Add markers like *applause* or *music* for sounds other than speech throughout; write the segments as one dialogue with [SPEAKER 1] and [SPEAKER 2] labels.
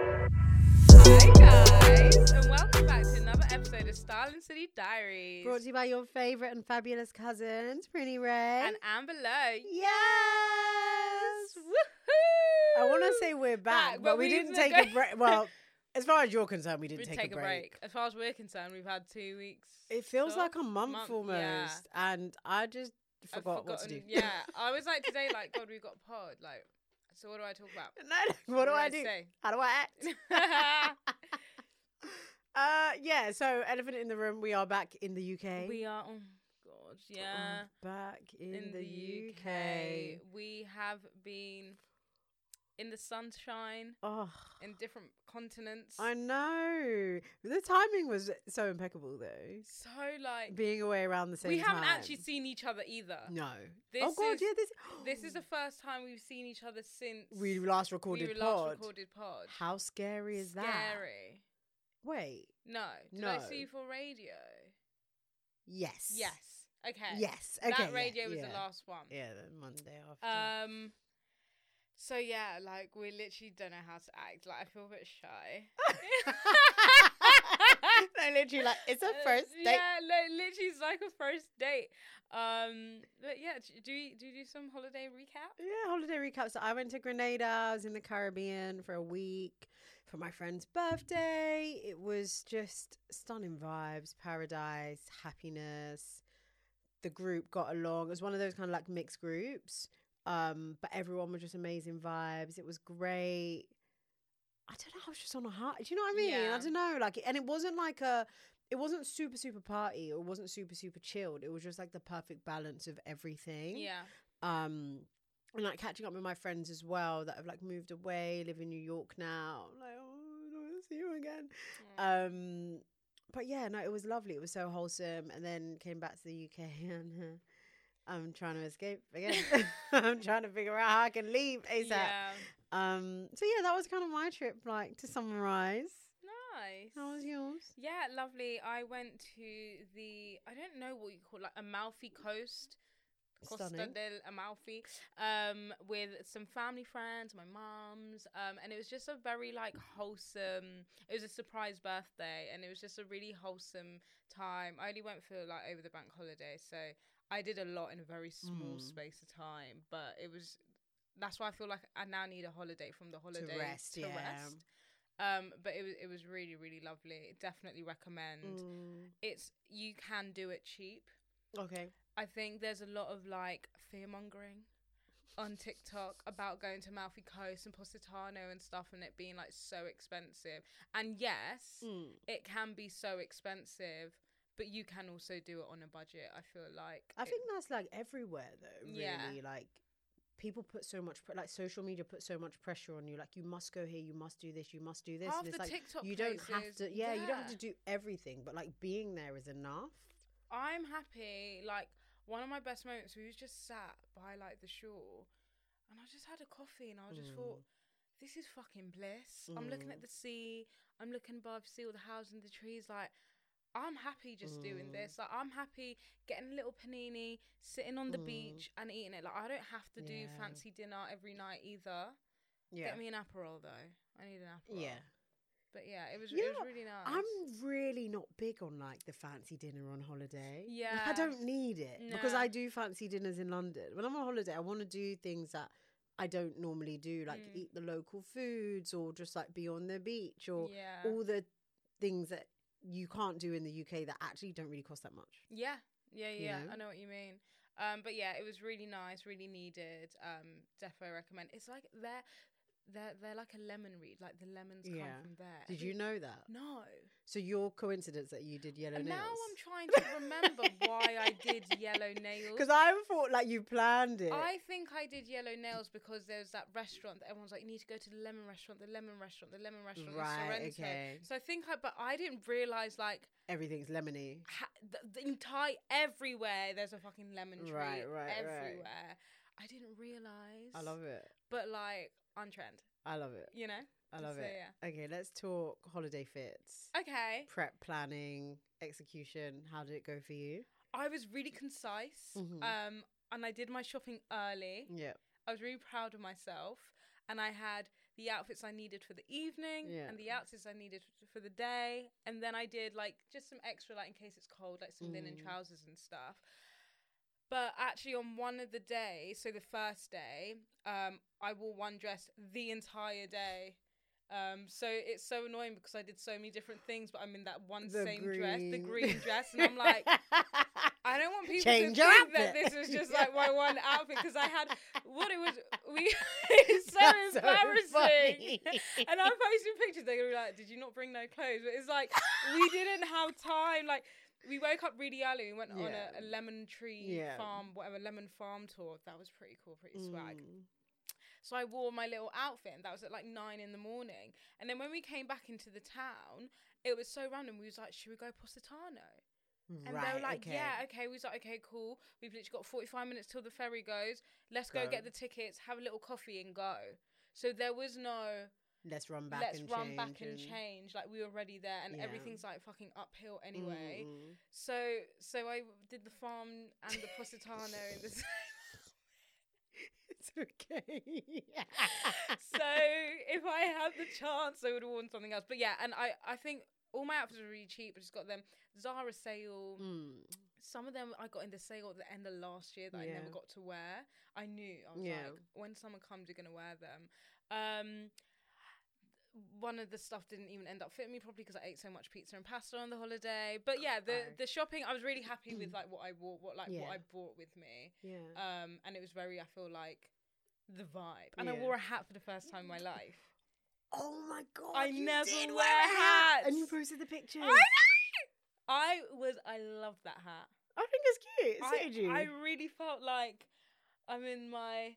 [SPEAKER 1] Hey guys, and welcome back to another episode of Starling City Diaries.
[SPEAKER 2] Brought to you by your favorite and fabulous cousins, Pretty Ray.
[SPEAKER 1] and Amber Lowe.
[SPEAKER 2] yes!
[SPEAKER 1] Woohoo!
[SPEAKER 2] I want to say we're back,
[SPEAKER 1] Back,
[SPEAKER 2] but, we, didn't take a
[SPEAKER 1] go-
[SPEAKER 2] *laughs* break. Well, as far as you're concerned, we didn't
[SPEAKER 1] We'd
[SPEAKER 2] take, a break.
[SPEAKER 1] As far as we're concerned, we've had two weeks.
[SPEAKER 2] It feels
[SPEAKER 1] off.
[SPEAKER 2] like a month,
[SPEAKER 1] Month, yeah.
[SPEAKER 2] almost, and I just
[SPEAKER 1] I've
[SPEAKER 2] forgot what to do.
[SPEAKER 1] forgotten- yeah, I was like today, like God, we've got a pod. Like, so what do I talk about?
[SPEAKER 2] *laughs* No, *laughs* what do I do?
[SPEAKER 1] say?
[SPEAKER 2] How do I *laughs*
[SPEAKER 1] *laughs*
[SPEAKER 2] act? uh, yeah. So, elephant in the room. We are back in the UK.
[SPEAKER 1] We are. Oh God,
[SPEAKER 2] We're
[SPEAKER 1] yeah.
[SPEAKER 2] back in, the, UK.
[SPEAKER 1] we have been in the sunshine
[SPEAKER 2] Oh,
[SPEAKER 1] in different continents.
[SPEAKER 2] I know. The timing was so impeccable, though.
[SPEAKER 1] so like
[SPEAKER 2] being away around the same
[SPEAKER 1] we haven't
[SPEAKER 2] time.
[SPEAKER 1] actually seen each other either.
[SPEAKER 2] No.
[SPEAKER 1] This
[SPEAKER 2] oh god,
[SPEAKER 1] is-
[SPEAKER 2] yeah, this
[SPEAKER 1] This
[SPEAKER 2] *gasps*
[SPEAKER 1] is the first time we've seen each other since
[SPEAKER 2] we last recorded
[SPEAKER 1] we were
[SPEAKER 2] pod.
[SPEAKER 1] last recorded pod.
[SPEAKER 2] How scary is
[SPEAKER 1] Scary.
[SPEAKER 2] that? Wait.
[SPEAKER 1] No. Did I see
[SPEAKER 2] No.
[SPEAKER 1] you for radio?
[SPEAKER 2] Yes.
[SPEAKER 1] Yes. Okay.
[SPEAKER 2] Yes. Okay.
[SPEAKER 1] that
[SPEAKER 2] yeah,
[SPEAKER 1] radio was
[SPEAKER 2] yeah.
[SPEAKER 1] the last one.
[SPEAKER 2] Yeah, the Monday *laughs* after.
[SPEAKER 1] Um. So yeah, like we literally don't know how to act. Like I feel a bit shy. *laughs*
[SPEAKER 2] no, literally, *laughs* like
[SPEAKER 1] *laughs*
[SPEAKER 2] it's a
[SPEAKER 1] Uh,
[SPEAKER 2] first date.
[SPEAKER 1] Yeah, like, literally, it's like a first date. Um, but yeah, d- do we do we do some holiday recap?
[SPEAKER 2] Yeah, holiday recap. So I went to Grenada. I was in the Caribbean for a week for my friend's birthday. It was just stunning vibes, paradise, happiness. The group got along. It was one of those kind of like mixed groups, um, but everyone was just amazing vibes. It was great. I don't know. I was just on a high. Do you know what I mean?
[SPEAKER 1] Yeah.
[SPEAKER 2] I don't know. Like, and it wasn't like a. It wasn't super super party. Or it wasn't super super chilled. It was just like the perfect balance of everything
[SPEAKER 1] Yeah,
[SPEAKER 2] um and like catching up with my friends as well that have like moved away live in new york now I'm like oh i don't want to see you again um but yeah no it was lovely it was so wholesome and then came back to the uk *laughs* and uh, i'm trying to escape again *laughs* i'm trying to figure out how i can leave asap
[SPEAKER 1] yeah,
[SPEAKER 2] um so yeah that was kind of my trip like to summarize
[SPEAKER 1] nice.
[SPEAKER 2] how was yours
[SPEAKER 1] Yeah, lovely. I went to the I don't know what you call like Amalfi Coast, Costa
[SPEAKER 2] Stunning.
[SPEAKER 1] del Amalfi, um, with some family friends, my mum's, um, and it was just a very like wholesome. It was a surprise birthday, and it was just a really wholesome time. I only went for like over the bank holiday, so I did a lot in a very small
[SPEAKER 2] Mm.
[SPEAKER 1] space of time, but it was. That's why I feel like I now need a holiday from the holiday
[SPEAKER 2] rest, yeah.
[SPEAKER 1] Um, but it was it was really really lovely. Definitely recommend
[SPEAKER 2] Mm,
[SPEAKER 1] it's you can do it cheap.
[SPEAKER 2] okay
[SPEAKER 1] I think there's a lot of like fear mongering on TikTok about going to Malfi Coast and Positano and stuff and it being like so expensive. And yes,
[SPEAKER 2] Mm.
[SPEAKER 1] it can be so expensive, but you can also do it on a budget. I feel like
[SPEAKER 2] I
[SPEAKER 1] It-
[SPEAKER 2] think that's like everywhere though. Really,
[SPEAKER 1] Yeah.
[SPEAKER 2] like people put so much pre- like social media put so much pressure on you. Like you must go here, you must do this, you must do this.
[SPEAKER 1] half
[SPEAKER 2] and it's
[SPEAKER 1] the
[SPEAKER 2] like
[SPEAKER 1] TikTok
[SPEAKER 2] you don't have
[SPEAKER 1] places-
[SPEAKER 2] to. Yeah, you don't have to do everything, but like being there is enough.
[SPEAKER 1] I'm happy. Like one of my best moments, we was just sat by like the shore, and I just had a coffee, and I just
[SPEAKER 2] Mm.
[SPEAKER 1] thought, this is fucking bliss. I'm looking at
[SPEAKER 2] Mm.
[SPEAKER 1] the sea. I'm looking above, see all the houses and the trees. Like I'm happy just doing
[SPEAKER 2] Mm.
[SPEAKER 1] this. Like I'm happy getting a little panini, sitting on the
[SPEAKER 2] Mm.
[SPEAKER 1] beach and eating it. Like I don't have to do
[SPEAKER 2] Yeah.
[SPEAKER 1] fancy dinner every night either.
[SPEAKER 2] Yeah,
[SPEAKER 1] Get me an aperol though. I need an aperol.
[SPEAKER 2] yeah.
[SPEAKER 1] But yeah, it was
[SPEAKER 2] You
[SPEAKER 1] it
[SPEAKER 2] know,
[SPEAKER 1] was really nice.
[SPEAKER 2] I'm really not big on like the fancy dinner on holiday. Like,
[SPEAKER 1] Yeah.
[SPEAKER 2] I don't need it because
[SPEAKER 1] No.
[SPEAKER 2] I do fancy dinners in London. When I'm on holiday, I want to do things that I don't normally do, like
[SPEAKER 1] Mm.
[SPEAKER 2] eat the local foods or just like be on the beach or
[SPEAKER 1] yeah.
[SPEAKER 2] all the things that you can't do in the UK that actually don't really cost that much.
[SPEAKER 1] Yeah, yeah,
[SPEAKER 2] you
[SPEAKER 1] yeah.
[SPEAKER 2] know?
[SPEAKER 1] I know what you mean. Um, but yeah, it was really nice, really needed. Um, definitely recommend. It's like they're they're they're like a lemon reed. Like the lemons
[SPEAKER 2] Yeah.
[SPEAKER 1] come from there.
[SPEAKER 2] Did
[SPEAKER 1] Every-
[SPEAKER 2] you know that?
[SPEAKER 1] No.
[SPEAKER 2] So your coincidence that you did yellow
[SPEAKER 1] And
[SPEAKER 2] nails.
[SPEAKER 1] now I'm trying to remember did
[SPEAKER 2] *laughs*
[SPEAKER 1] yellow nails.
[SPEAKER 2] Because I thought like you planned it.
[SPEAKER 1] I think I did yellow nails because there's that restaurant that everyone's like, you need to go to the lemon restaurant, the lemon restaurant, the lemon restaurant in
[SPEAKER 2] Right,
[SPEAKER 1] Sorrento.
[SPEAKER 2] okay.
[SPEAKER 1] So I think I, but I didn't realize like
[SPEAKER 2] Everything's lemony.
[SPEAKER 1] ha- the, the entire everywhere there's a fucking lemon tree.
[SPEAKER 2] Right, right, right.
[SPEAKER 1] everywhere. I didn't realize.
[SPEAKER 2] I love it.
[SPEAKER 1] But like on trend,
[SPEAKER 2] I love it.
[SPEAKER 1] you know.
[SPEAKER 2] I love
[SPEAKER 1] so,
[SPEAKER 2] it. Okay, let's talk holiday fits.
[SPEAKER 1] Yeah. Okay.
[SPEAKER 2] Prep planning, execution. How did it go for you?
[SPEAKER 1] I was really concise.
[SPEAKER 2] Mhm.
[SPEAKER 1] Um, and I did my shopping early.
[SPEAKER 2] Yeah.
[SPEAKER 1] I was really proud of myself, and I had the outfits I needed for the evening
[SPEAKER 2] Yeah.
[SPEAKER 1] and the outfits I needed for the day. And then I did like just some extra, like in case it's cold, like some linen
[SPEAKER 2] Mm.
[SPEAKER 1] trousers and stuff. But actually, on one of the days, so the first day, um, I wore one dress the entire day. Um, so it's so annoying because I did so many different things, but I'm in that one same dress, the green dress, and
[SPEAKER 2] *laughs*
[SPEAKER 1] I'm like, I don't want people
[SPEAKER 2] Change
[SPEAKER 1] to
[SPEAKER 2] your
[SPEAKER 1] think that
[SPEAKER 2] outfit.
[SPEAKER 1] this is just like
[SPEAKER 2] *laughs*
[SPEAKER 1] my one outfit because I had what it was. We *laughs* it's so
[SPEAKER 2] That's
[SPEAKER 1] embarrassing.
[SPEAKER 2] funny.
[SPEAKER 1] *laughs* and I'm posting pictures. They're gonna be like, "Did you not bring no clothes?" But it's like
[SPEAKER 2] *laughs*
[SPEAKER 1] we didn't have time. Like we woke up really early. We went on
[SPEAKER 2] Yeah.
[SPEAKER 1] a, a lemon tree
[SPEAKER 2] Yeah.
[SPEAKER 1] farm, whatever lemon farm tour. That was pretty cool, pretty swag.
[SPEAKER 2] Mm.
[SPEAKER 1] So I wore my little outfit, and that was at like nine in the morning. And then when we came back into the town, it was so random. We was like, "Should we go Positano?" And
[SPEAKER 2] Mm. right,
[SPEAKER 1] they were like,
[SPEAKER 2] okay.
[SPEAKER 1] yeah, okay. We was like, okay, cool. We've literally got 45 minutes till the ferry goes. Let's go,
[SPEAKER 2] Go.
[SPEAKER 1] get the tickets, have a little coffee, and go. So there was no
[SPEAKER 2] Let's run back
[SPEAKER 1] let's
[SPEAKER 2] and
[SPEAKER 1] run
[SPEAKER 2] change
[SPEAKER 1] back and change. Like we were already there, and
[SPEAKER 2] Yeah.
[SPEAKER 1] everything's like fucking uphill anyway.
[SPEAKER 2] Mm. *laughs*
[SPEAKER 1] So so I did the farm and the Positano.
[SPEAKER 2] *laughs*
[SPEAKER 1] in the s-
[SPEAKER 2] It's
[SPEAKER 1] *laughs*
[SPEAKER 2] okay.
[SPEAKER 1] so if I had the chance, I would have worn something else. But yeah, and I I think all my outfits were really cheap. I just got them Zara sale.
[SPEAKER 2] Mm.
[SPEAKER 1] some of them I got in the sale at the end of last year that I never
[SPEAKER 2] Yeah.
[SPEAKER 1] got to wear. I knew I was
[SPEAKER 2] Yeah.
[SPEAKER 1] like, when summer comes, you're gonna wear them. Um, one of the stuff didn't even end up fitting me properly because I ate so much pizza and pasta on the holiday. But yeah, the
[SPEAKER 2] Oh.
[SPEAKER 1] the shopping I was really happy
[SPEAKER 2] *clears throat*
[SPEAKER 1] with like what I wore, what like
[SPEAKER 2] Yeah.
[SPEAKER 1] what I brought with me.
[SPEAKER 2] Yeah.
[SPEAKER 1] Um, and it was very I feel like the vibe. And I
[SPEAKER 2] Yeah.
[SPEAKER 1] wore a hat for the first time in my life.
[SPEAKER 2] oh my god!
[SPEAKER 1] I
[SPEAKER 2] you
[SPEAKER 1] never
[SPEAKER 2] did
[SPEAKER 1] wear
[SPEAKER 2] a hat, and you
[SPEAKER 1] hats.
[SPEAKER 2] posted the picture.
[SPEAKER 1] I was I love that hat.
[SPEAKER 2] I think it's cute. It
[SPEAKER 1] I,
[SPEAKER 2] suited you.
[SPEAKER 1] I really felt like I'm in my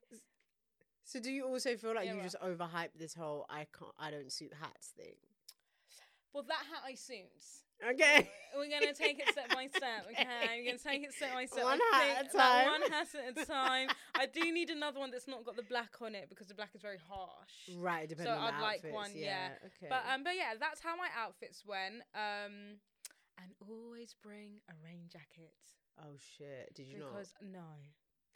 [SPEAKER 2] so do you also feel like
[SPEAKER 1] Yeah,
[SPEAKER 2] you
[SPEAKER 1] what?
[SPEAKER 2] just overhyped this whole I can't I don't suit hats thing?
[SPEAKER 1] well that hat I suits. *laughs*
[SPEAKER 2] Okay.
[SPEAKER 1] We're
[SPEAKER 2] *laughs*
[SPEAKER 1] gonna take it step by step, okay? We're gonna take it step by step.
[SPEAKER 2] One
[SPEAKER 1] I
[SPEAKER 2] hat
[SPEAKER 1] think
[SPEAKER 2] at a
[SPEAKER 1] that
[SPEAKER 2] time.
[SPEAKER 1] One hat at a time. I do
[SPEAKER 2] *laughs*
[SPEAKER 1] need another one that's not got the black on it because the black is very harsh.
[SPEAKER 2] Right, depending
[SPEAKER 1] So
[SPEAKER 2] on the
[SPEAKER 1] I'd like
[SPEAKER 2] outfits.
[SPEAKER 1] one,
[SPEAKER 2] yeah.
[SPEAKER 1] yeah.
[SPEAKER 2] Okay.
[SPEAKER 1] But um, but yeah, that's how my outfits went. Um, and always bring a rain jacket
[SPEAKER 2] oh shit! Did you
[SPEAKER 1] because no,
[SPEAKER 2] not?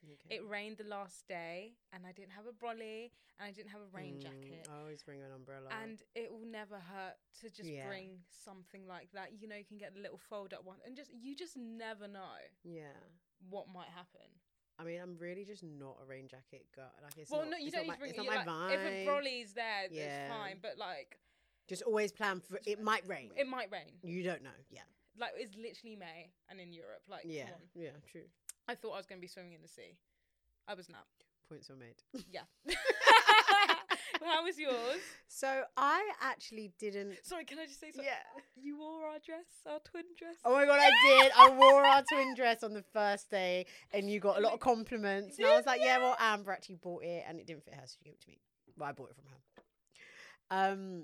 [SPEAKER 2] Okay.
[SPEAKER 1] it rained the last day, and I didn't have a brolly, and I didn't have a rain
[SPEAKER 2] Mm,
[SPEAKER 1] jacket.
[SPEAKER 2] I always bring an umbrella.
[SPEAKER 1] And it will never hurt to just
[SPEAKER 2] Yeah.
[SPEAKER 1] bring something like that. You know, you can get a little fold up one, and just you just never know
[SPEAKER 2] yeah,
[SPEAKER 1] what might happen.
[SPEAKER 2] I mean, I'm really just not a rain jacket girl. Like, it's
[SPEAKER 1] well,
[SPEAKER 2] not,
[SPEAKER 1] no, you
[SPEAKER 2] it's
[SPEAKER 1] don't need
[SPEAKER 2] not
[SPEAKER 1] to
[SPEAKER 2] my,
[SPEAKER 1] bring
[SPEAKER 2] it's
[SPEAKER 1] it.
[SPEAKER 2] not
[SPEAKER 1] You're
[SPEAKER 2] my
[SPEAKER 1] like, if
[SPEAKER 2] vibe.
[SPEAKER 1] a brolly's there,
[SPEAKER 2] Yeah.
[SPEAKER 1] it's fine. But like,
[SPEAKER 2] just always plan for
[SPEAKER 1] *laughs*
[SPEAKER 2] it might rain.
[SPEAKER 1] it might rain.
[SPEAKER 2] you don't know. Yeah,
[SPEAKER 1] Like, it's literally May, and in Europe, like, come
[SPEAKER 2] yeah,
[SPEAKER 1] on.
[SPEAKER 2] yeah. True.
[SPEAKER 1] I thought I was going to be swimming in the sea. I was not.
[SPEAKER 2] Points were made. *laughs*
[SPEAKER 1] Yeah. *laughs* well, how was yours?
[SPEAKER 2] So I actually
[SPEAKER 1] *laughs*
[SPEAKER 2] didn't.
[SPEAKER 1] Sorry, can I just say something?
[SPEAKER 2] Yeah.
[SPEAKER 1] You wore our dress, our twin dress.
[SPEAKER 2] *laughs* Oh my god, I did. I wore our twin dress on the first day, and you got a lot of compliments. And I was like, yeah, well, Amber actually bought it, and it didn't fit her, so she gave it to me. Well, I bought it from her. Um,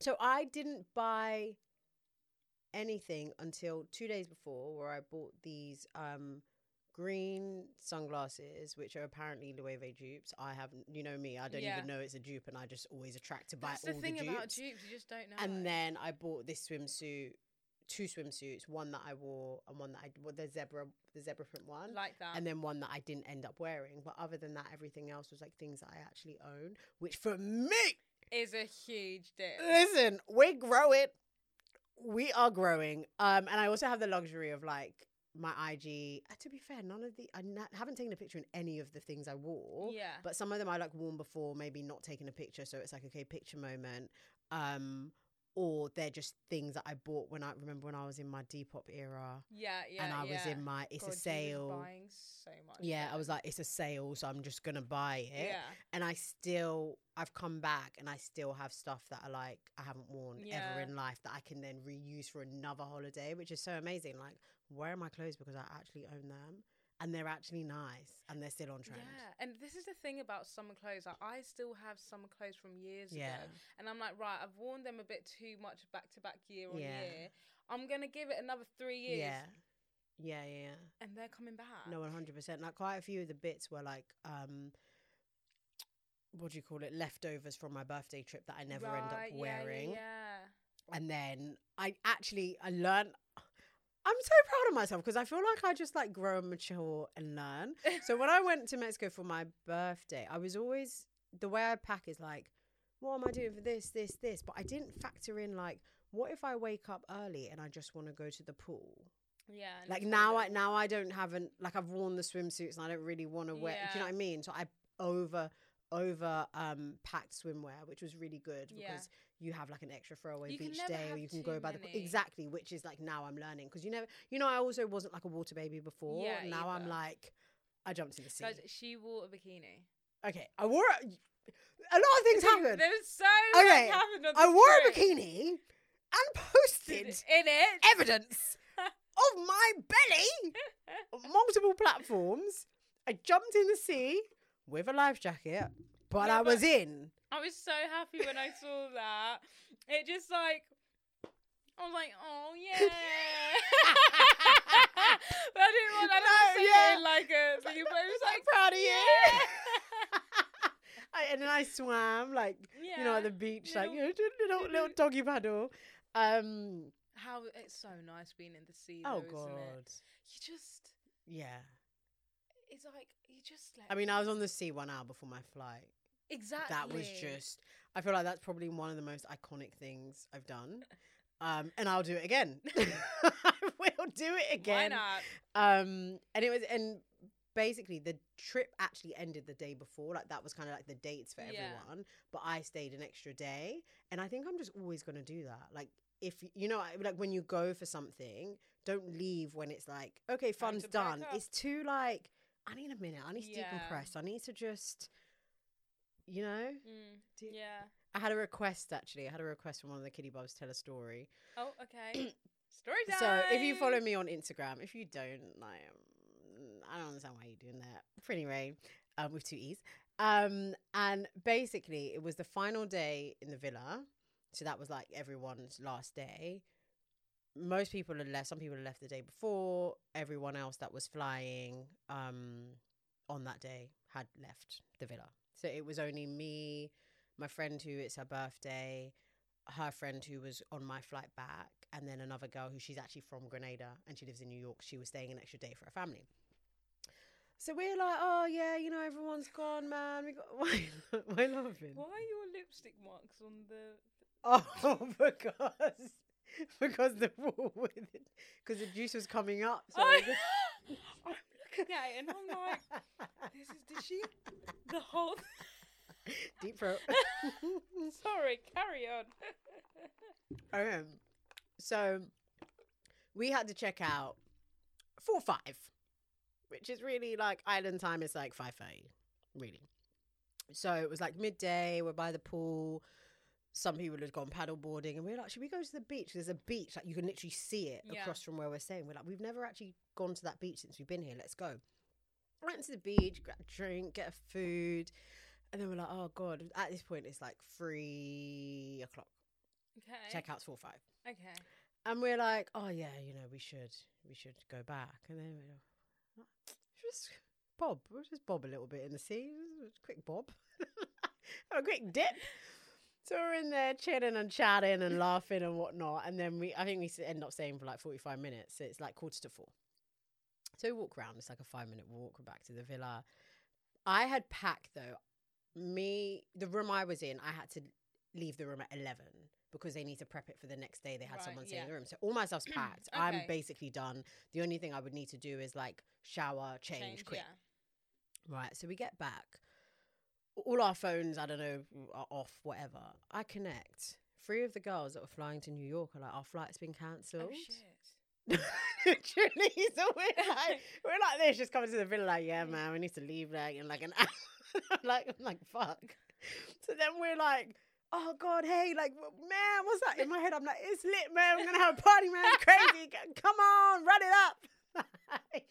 [SPEAKER 2] so I didn't buy anything until two days before, where I bought these um green sunglasses, which are apparently Loewe dupes. I have, you know me, I don't
[SPEAKER 1] Yeah.
[SPEAKER 2] even know it's a dupe, and I just always attract to buy
[SPEAKER 1] That's the
[SPEAKER 2] all
[SPEAKER 1] thing
[SPEAKER 2] the dupes.
[SPEAKER 1] about dupes, you just don't know.
[SPEAKER 2] And then I bought this swimsuit, two swimsuits, one that I wore and one that I well, the zebra the zebra print one.
[SPEAKER 1] like that.
[SPEAKER 2] and then one that I didn't end up wearing. But other than that, everything else was like things that I actually own, which for me,
[SPEAKER 1] is a huge deal.
[SPEAKER 2] listen, we're growing. We are growing. Um, and I also have the luxury of like my IG. uh, To be fair, none of the, I na- haven't taken a picture in any of the things I wore.
[SPEAKER 1] Yeah.
[SPEAKER 2] But some of them I like worn before, maybe not taking a picture, so it's like okay, picture moment. Um, or they're just things that I bought when I remember when I was in my Depop era
[SPEAKER 1] Yeah, yeah.
[SPEAKER 2] and I
[SPEAKER 1] yeah.
[SPEAKER 2] was in my it's
[SPEAKER 1] God, you
[SPEAKER 2] a
[SPEAKER 1] was
[SPEAKER 2] sale.
[SPEAKER 1] Buying so much.
[SPEAKER 2] Yeah, I
[SPEAKER 1] then.
[SPEAKER 2] was like, it's a sale, so I'm just gonna buy it.
[SPEAKER 1] Yeah.
[SPEAKER 2] And I still I've come back and I still have stuff that I like I haven't worn
[SPEAKER 1] Yeah.
[SPEAKER 2] ever in life that I can then reuse for another holiday, which is so amazing. Like wearing my clothes because I actually own them and they're actually nice and they're still on trend.
[SPEAKER 1] Yeah, and this is the thing about summer clothes. Like, I still have summer clothes from years
[SPEAKER 2] Yeah.
[SPEAKER 1] ago, and I'm like, right, I've worn them a bit too much back to back year on
[SPEAKER 2] Yeah.
[SPEAKER 1] year. I'm gonna give it another three years, Uh,
[SPEAKER 2] Yeah. Yeah, yeah, yeah.
[SPEAKER 1] and they're coming back.
[SPEAKER 2] No, one hundred percent. Like quite a few of the bits were like, um, what do you call it? Leftovers from my birthday trip that I never end up
[SPEAKER 1] Right, yeah, yeah,
[SPEAKER 2] wearing.
[SPEAKER 1] yeah.
[SPEAKER 2] And then I actually I learned. I'm so proud of myself because I feel like I just like grow and mature
[SPEAKER 1] *laughs*
[SPEAKER 2] and learn. So when I went to Mexico for my birthday, I was always the way I pack is like, what am I doing for this, this, this? But I didn't factor in like, what if I wake up early and I just want to go to the pool?
[SPEAKER 1] Yeah. and
[SPEAKER 2] like
[SPEAKER 1] it's
[SPEAKER 2] now I
[SPEAKER 1] like-
[SPEAKER 2] now I don't have an like I've worn the swimsuits and I don't really want to wear. Do you
[SPEAKER 1] Yeah.
[SPEAKER 2] know what I mean? So I over over um packed swimwear, which was really good
[SPEAKER 1] Yeah.
[SPEAKER 2] because you have like an extra throwaway
[SPEAKER 1] You can
[SPEAKER 2] beach
[SPEAKER 1] never
[SPEAKER 2] day, or
[SPEAKER 1] have
[SPEAKER 2] you can
[SPEAKER 1] too
[SPEAKER 2] go by the
[SPEAKER 1] many.
[SPEAKER 2] exactly, which is like now I'm learning because you never you know I also wasn't like a water baby before.
[SPEAKER 1] Yeah,
[SPEAKER 2] now I'm
[SPEAKER 1] either.
[SPEAKER 2] like I jumped in the sea.
[SPEAKER 1] Guys, she wore a bikini.
[SPEAKER 2] okay, I wore a, a lot
[SPEAKER 1] *laughs*
[SPEAKER 2] of things happened.
[SPEAKER 1] There's so
[SPEAKER 2] Okay,
[SPEAKER 1] much happened on
[SPEAKER 2] I
[SPEAKER 1] this
[SPEAKER 2] wore a
[SPEAKER 1] trip. *laughs*
[SPEAKER 2] bikini and posted
[SPEAKER 1] in it.
[SPEAKER 2] evidence of my belly on multiple platforms. I jumped in the sea with a life jacket, but
[SPEAKER 1] Yeah,
[SPEAKER 2] I was
[SPEAKER 1] but- *laughs*
[SPEAKER 2] in.
[SPEAKER 1] I was so happy when I saw that. It just like I was like, oh yeah.
[SPEAKER 2] *laughs*
[SPEAKER 1] but I didn't want. I don't want
[SPEAKER 2] No,
[SPEAKER 1] to say
[SPEAKER 2] yeah.
[SPEAKER 1] it in like a thing, but it was
[SPEAKER 2] I'm
[SPEAKER 1] like
[SPEAKER 2] proud of you.
[SPEAKER 1] yeah.
[SPEAKER 2] I, and then I swam like
[SPEAKER 1] yeah.
[SPEAKER 2] you know at the beach, like you
[SPEAKER 1] Little-
[SPEAKER 2] know, little
[SPEAKER 1] *laughs*
[SPEAKER 2] little
[SPEAKER 1] little-
[SPEAKER 2] doggy paddle. Um,
[SPEAKER 1] How it's so nice being in the sea.
[SPEAKER 2] oh
[SPEAKER 1] though,
[SPEAKER 2] god,
[SPEAKER 1] Isn't it? You just.
[SPEAKER 2] yeah.
[SPEAKER 1] It's like you just. Like,
[SPEAKER 2] I mean, I was on the sea one hour before my flight.
[SPEAKER 1] exactly.
[SPEAKER 2] That was just. I feel like that's probably one of the most iconic things I've done. Um, and I'll do it again. *laughs* I will do it again.
[SPEAKER 1] Why not?
[SPEAKER 2] um and it was and basically the trip actually ended the day before like that was kind of like the dates for
[SPEAKER 1] Yeah.
[SPEAKER 2] everyone but i stayed an extra day and i think i'm just always going to do that like if y- you know I- like when you go for something don't leave when it's like okay fun's
[SPEAKER 1] to pack
[SPEAKER 2] done
[SPEAKER 1] up.
[SPEAKER 2] it's too like i need a minute i need to
[SPEAKER 1] Yeah.
[SPEAKER 2] decompress i need to just you know
[SPEAKER 1] Mm,
[SPEAKER 2] Do-
[SPEAKER 1] yeah.
[SPEAKER 2] i had a request actually i had a request from one of the kiddie bobs tell a story
[SPEAKER 1] Oh, okay.
[SPEAKER 2] *clears throat*
[SPEAKER 1] Story time.
[SPEAKER 2] so if you follow me on Instagram, if you don't, like, um, I don't understand why you're doing that. But anyway, um, with two e's. Um, and basically, it was the final day in the villa, so that was like everyone's last day. Most people had left. Some people had left the day before. Everyone else that was flying um, on that day had left the villa. So it was only me, my friend who it's her birthday, her friend who was on my flight back, and then another girl who she's actually from Grenada and she lives in New York. She was staying an extra day for her family. So we're like, oh yeah, you know, everyone's gone, man. We got *laughs* why, why are you laughing?
[SPEAKER 1] Why are your lipstick marks on the?
[SPEAKER 2] Oh, *laughs* because because the wall *laughs* with it, because the juice was coming up.
[SPEAKER 1] *laughs* I-
[SPEAKER 2] So I just-
[SPEAKER 1] *laughs* I'm looking at it and I'm like, this is did she the whole
[SPEAKER 2] *laughs*
[SPEAKER 1] *laughs*
[SPEAKER 2] deep throat.
[SPEAKER 1] sorry, carry on.
[SPEAKER 2] um, so we had to check out four five, which is really like island time is like five thirty, really. So it was like midday. We're by the pool. Some people had gone paddle boarding, and we were like, "Should we go to the beach? There's a beach like you can literally see it
[SPEAKER 1] Yeah.
[SPEAKER 2] across from where we're staying." We're like, "We've never actually gone to that beach since we've been here. Let's go." Went to the beach, grab a drink, get a food, and then we're like, "Oh god!" At this point, it's like three o'clock.
[SPEAKER 1] Okay.
[SPEAKER 2] Checkouts four five.
[SPEAKER 1] Okay.
[SPEAKER 2] And we're like, oh yeah, you know, we should we should go back. And then we're like, just bob, we'll just bob a little bit in the sea, just a quick bob, *laughs* a quick dip. So we're in there chilling and chatting and laughing and whatnot. And then we, I think we s- end up staying for like forty five minutes. So it's like quarter to four. So we walk around. It's like a five minute walk back to the villa. I had packed though. Me, the room I was in, I had to leave the room at eleven because they need to prep it for the next day. They had
[SPEAKER 1] Right,
[SPEAKER 2] someone staying
[SPEAKER 1] yeah.
[SPEAKER 2] in the room, so all
[SPEAKER 1] *clears throat*
[SPEAKER 2] my stuff's packed. I'm
[SPEAKER 1] Okay.
[SPEAKER 2] basically done. The only thing I would need to do is like shower, change, quick. Right. So we get back. All our phones, I don't know, are off. Whatever. I connect. Three of the girls that were flying to New York are like, our flight's been
[SPEAKER 1] Yeah.
[SPEAKER 2] cancelled.
[SPEAKER 1] Oh shit.
[SPEAKER 2] Literally, so
[SPEAKER 1] *laughs*
[SPEAKER 2] we're *laughs* like, we're like this, just coming to the villa, like, yeah, man, we *laughs* need to leave like in like an hour. I'm like, I'm like, fuck. So then we're like, oh God, hey, like, w- man, what's that? In my head, I'm like, it's lit, man. We're going to have a party, man. It's crazy. C- Come on, run it up.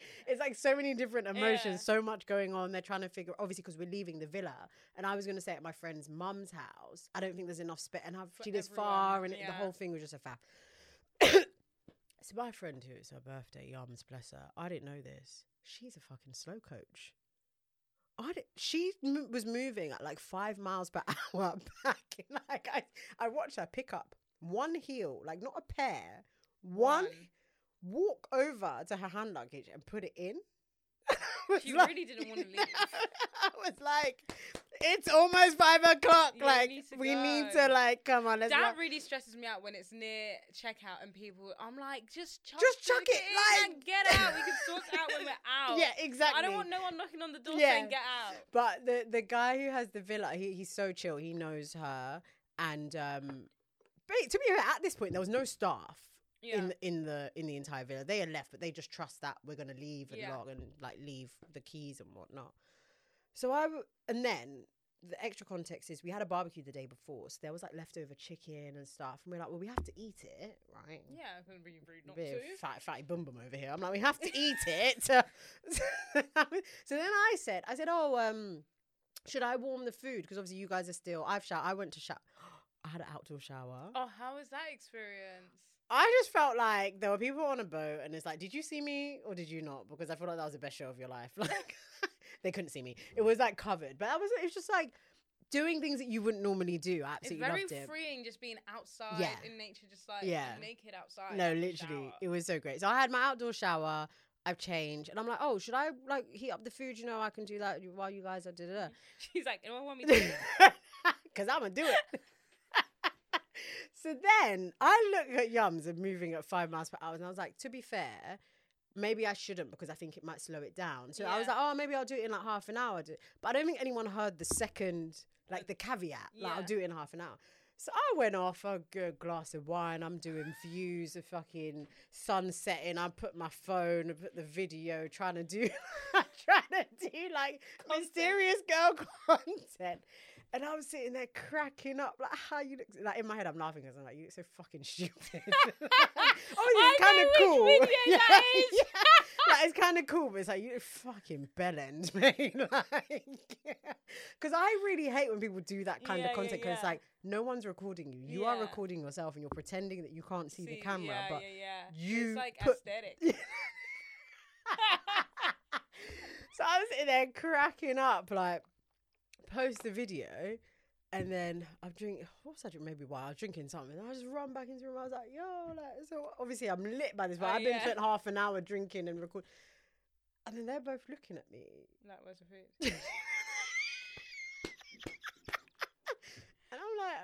[SPEAKER 2] *laughs* it's like so many different emotions,
[SPEAKER 1] Yeah.
[SPEAKER 2] so much going on. They're trying to figure, obviously, because we're leaving the villa. And I was going to stay at my friend's mum's house. I don't think there's enough space. And I've,
[SPEAKER 1] For
[SPEAKER 2] she lives
[SPEAKER 1] everyone,
[SPEAKER 2] far, and it, the
[SPEAKER 1] yeah.
[SPEAKER 2] whole thing was just a faff. so my friend, who *coughs* it's her birthday, Yams, bless her. I didn't know this. She's a fucking slow coach. I did she m- was moving at like five miles per *laughs* hour back. in, Like I, I watched her pick up one heel, like not a pair, one,
[SPEAKER 1] One.
[SPEAKER 2] *laughs* walk over to her hand luggage and put it in. *laughs*
[SPEAKER 1] She really didn't wanna leave.
[SPEAKER 2] I was like, it's almost five o'clock.
[SPEAKER 1] Yeah, we
[SPEAKER 2] like
[SPEAKER 1] need to
[SPEAKER 2] we need to
[SPEAKER 1] go.
[SPEAKER 2] like come on, let's
[SPEAKER 1] that
[SPEAKER 2] not-
[SPEAKER 1] really stresses me out when it's near checkout and people. I'm like, just chuck,
[SPEAKER 2] Just chuck
[SPEAKER 1] get
[SPEAKER 2] it,
[SPEAKER 1] in
[SPEAKER 2] like-
[SPEAKER 1] and get out. We can sort it out
[SPEAKER 2] *laughs*
[SPEAKER 1] when we're out.
[SPEAKER 2] Yeah,
[SPEAKER 1] But
[SPEAKER 2] exactly.
[SPEAKER 1] I don't want no one knocking on the door
[SPEAKER 2] Yeah.
[SPEAKER 1] saying get out.
[SPEAKER 2] But the the guy who has the villa, he, he's so chill. He knows her, and um, ba- to be fair, at this point, there was no staff
[SPEAKER 1] Yeah.
[SPEAKER 2] in the- in the in the entire villa. They had left, but they just trust that we're gonna leave and
[SPEAKER 1] Yeah.
[SPEAKER 2] lock and like leave the keys and whatnot. So I w- and then the extra context is we had a barbecue the day before, so there was like leftover chicken and stuff, and we're like, well, we have to eat it, right?
[SPEAKER 1] yeah, I couldn't be rude not
[SPEAKER 2] bit
[SPEAKER 1] to.
[SPEAKER 2] of fat, fatty bum bum over here. I'm like, we have to eat it. *laughs* to- so then I said, I said, oh, um, should I warm the food? Because obviously you guys are still. I've showered. I went to shower. *gasps* I had an outdoor shower.
[SPEAKER 1] Oh, how was that experience?
[SPEAKER 2] I just felt like there were people on a boat, and it's like, did you see me or did you not? Because I feel like that was the best show of your life. *laughs* Like they couldn't see me.
[SPEAKER 1] Mm.
[SPEAKER 2] It was like covered, but I was. It was just like doing things that you wouldn't normally do. I absolutely
[SPEAKER 1] it's
[SPEAKER 2] loved
[SPEAKER 1] very
[SPEAKER 2] it.
[SPEAKER 1] freeing just being outside
[SPEAKER 2] Yeah.
[SPEAKER 1] in nature, just like
[SPEAKER 2] Yeah.
[SPEAKER 1] naked outside.
[SPEAKER 2] No,
[SPEAKER 1] in the
[SPEAKER 2] literally,
[SPEAKER 1] shower.
[SPEAKER 2] it was so great. So I had my outdoor shower. I've changed, and I'm like, oh, should I like heat up the food? You know, I can do that while you guys are da da
[SPEAKER 1] *laughs* She's like, anyone
[SPEAKER 2] *laughs*
[SPEAKER 1] want me to? do that?"
[SPEAKER 2] da, because I'm gonna do it. *laughs* so then I look at Yums and moving at five miles per hour, and I was like, to be fair. Maybe I shouldn't because I think it might slow it down. So I was
[SPEAKER 1] Yeah.
[SPEAKER 2] like, oh, maybe I'll do it in like half an hour. Do- But I don't think anyone heard the second, like the caveat, like I'll
[SPEAKER 1] Yeah.
[SPEAKER 2] do it in half an hour. So I went off a good glass of wine. I'm doing views of fucking sunsetting. I put my phone, I put the video, trying to do, *laughs* trying to do like mysterious girl *laughs* content. And I'm sitting there cracking up, like how you look. Like in my head, I'm laughing because I'm like, you look so fucking stupid. *laughs* oh,
[SPEAKER 1] I
[SPEAKER 2] it's kind of
[SPEAKER 1] know which
[SPEAKER 2] cool. *laughs*
[SPEAKER 1] video that is.
[SPEAKER 2] yeah. Like, it's kind of cool, but it's like you look fucking bellend, *laughs* mate. Like, *laughs* because I really hate when people do that kind
[SPEAKER 1] Yeah,
[SPEAKER 2] of
[SPEAKER 1] yeah,
[SPEAKER 2] content because it's
[SPEAKER 1] yeah.
[SPEAKER 2] like no one's recording you. You are
[SPEAKER 1] Yeah.
[SPEAKER 2] recording yourself, and you're pretending that you can't see, the camera,
[SPEAKER 1] yeah,
[SPEAKER 2] but
[SPEAKER 1] yeah, yeah.
[SPEAKER 2] you
[SPEAKER 1] it's like
[SPEAKER 2] put-
[SPEAKER 1] *laughs*
[SPEAKER 2] *laughs*
[SPEAKER 1] aesthetic.
[SPEAKER 2] so I was sitting there cracking up, like, post the video, and then I'm drinking. What was I drinking? Maybe while I was drinking something, I just run back into the room. I was like, "Yo, like, so obviously I'm lit by this, but
[SPEAKER 1] Oh,
[SPEAKER 2] I've been
[SPEAKER 1] yeah.
[SPEAKER 2] spent half an hour drinking and recording." And then they're both looking at me,
[SPEAKER 1] That was a *laughs* food.
[SPEAKER 2] and I'm like,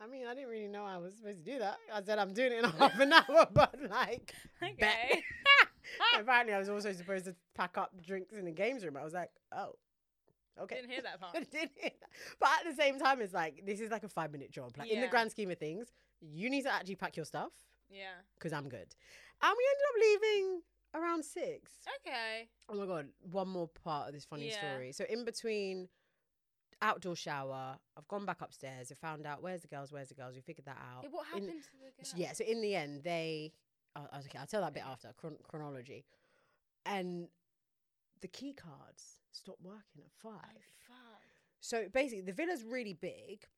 [SPEAKER 2] "I mean, I didn't really know I was supposed to do that. I said I'm doing it in *laughs* half an hour, but
[SPEAKER 1] *laughs*
[SPEAKER 2] like." Bet.
[SPEAKER 1] Okay.
[SPEAKER 2] Apparently, I was also supposed to pack up drinks in the games room. I was like, oh, okay. *laughs*
[SPEAKER 1] Didn't hear that part.
[SPEAKER 2] I didn't hear that. But at the same time, it's like, this is like a five minute job. Like, in the
[SPEAKER 1] Yeah.
[SPEAKER 2] grand scheme of things, you need to actually pack your stuff
[SPEAKER 1] Yeah.
[SPEAKER 2] because I'm good. And we ended up leaving around six.
[SPEAKER 1] Okay.
[SPEAKER 2] Oh my God, one more part of this funny
[SPEAKER 1] Yeah.
[SPEAKER 2] story. So, in between outdoor shower, I've gone back upstairs and found out where's the girls, where's the girls. We figured that out.
[SPEAKER 1] Yeah, what
[SPEAKER 2] Oh, In-
[SPEAKER 1] happened to the girl?
[SPEAKER 2] so, yeah, so in the end, they. I I was okay. I'll tell that bit after chron- chronology, and the key cards stopped working at
[SPEAKER 1] Oh,
[SPEAKER 2] five.
[SPEAKER 1] fuck.
[SPEAKER 2] So basically, the villa's really big,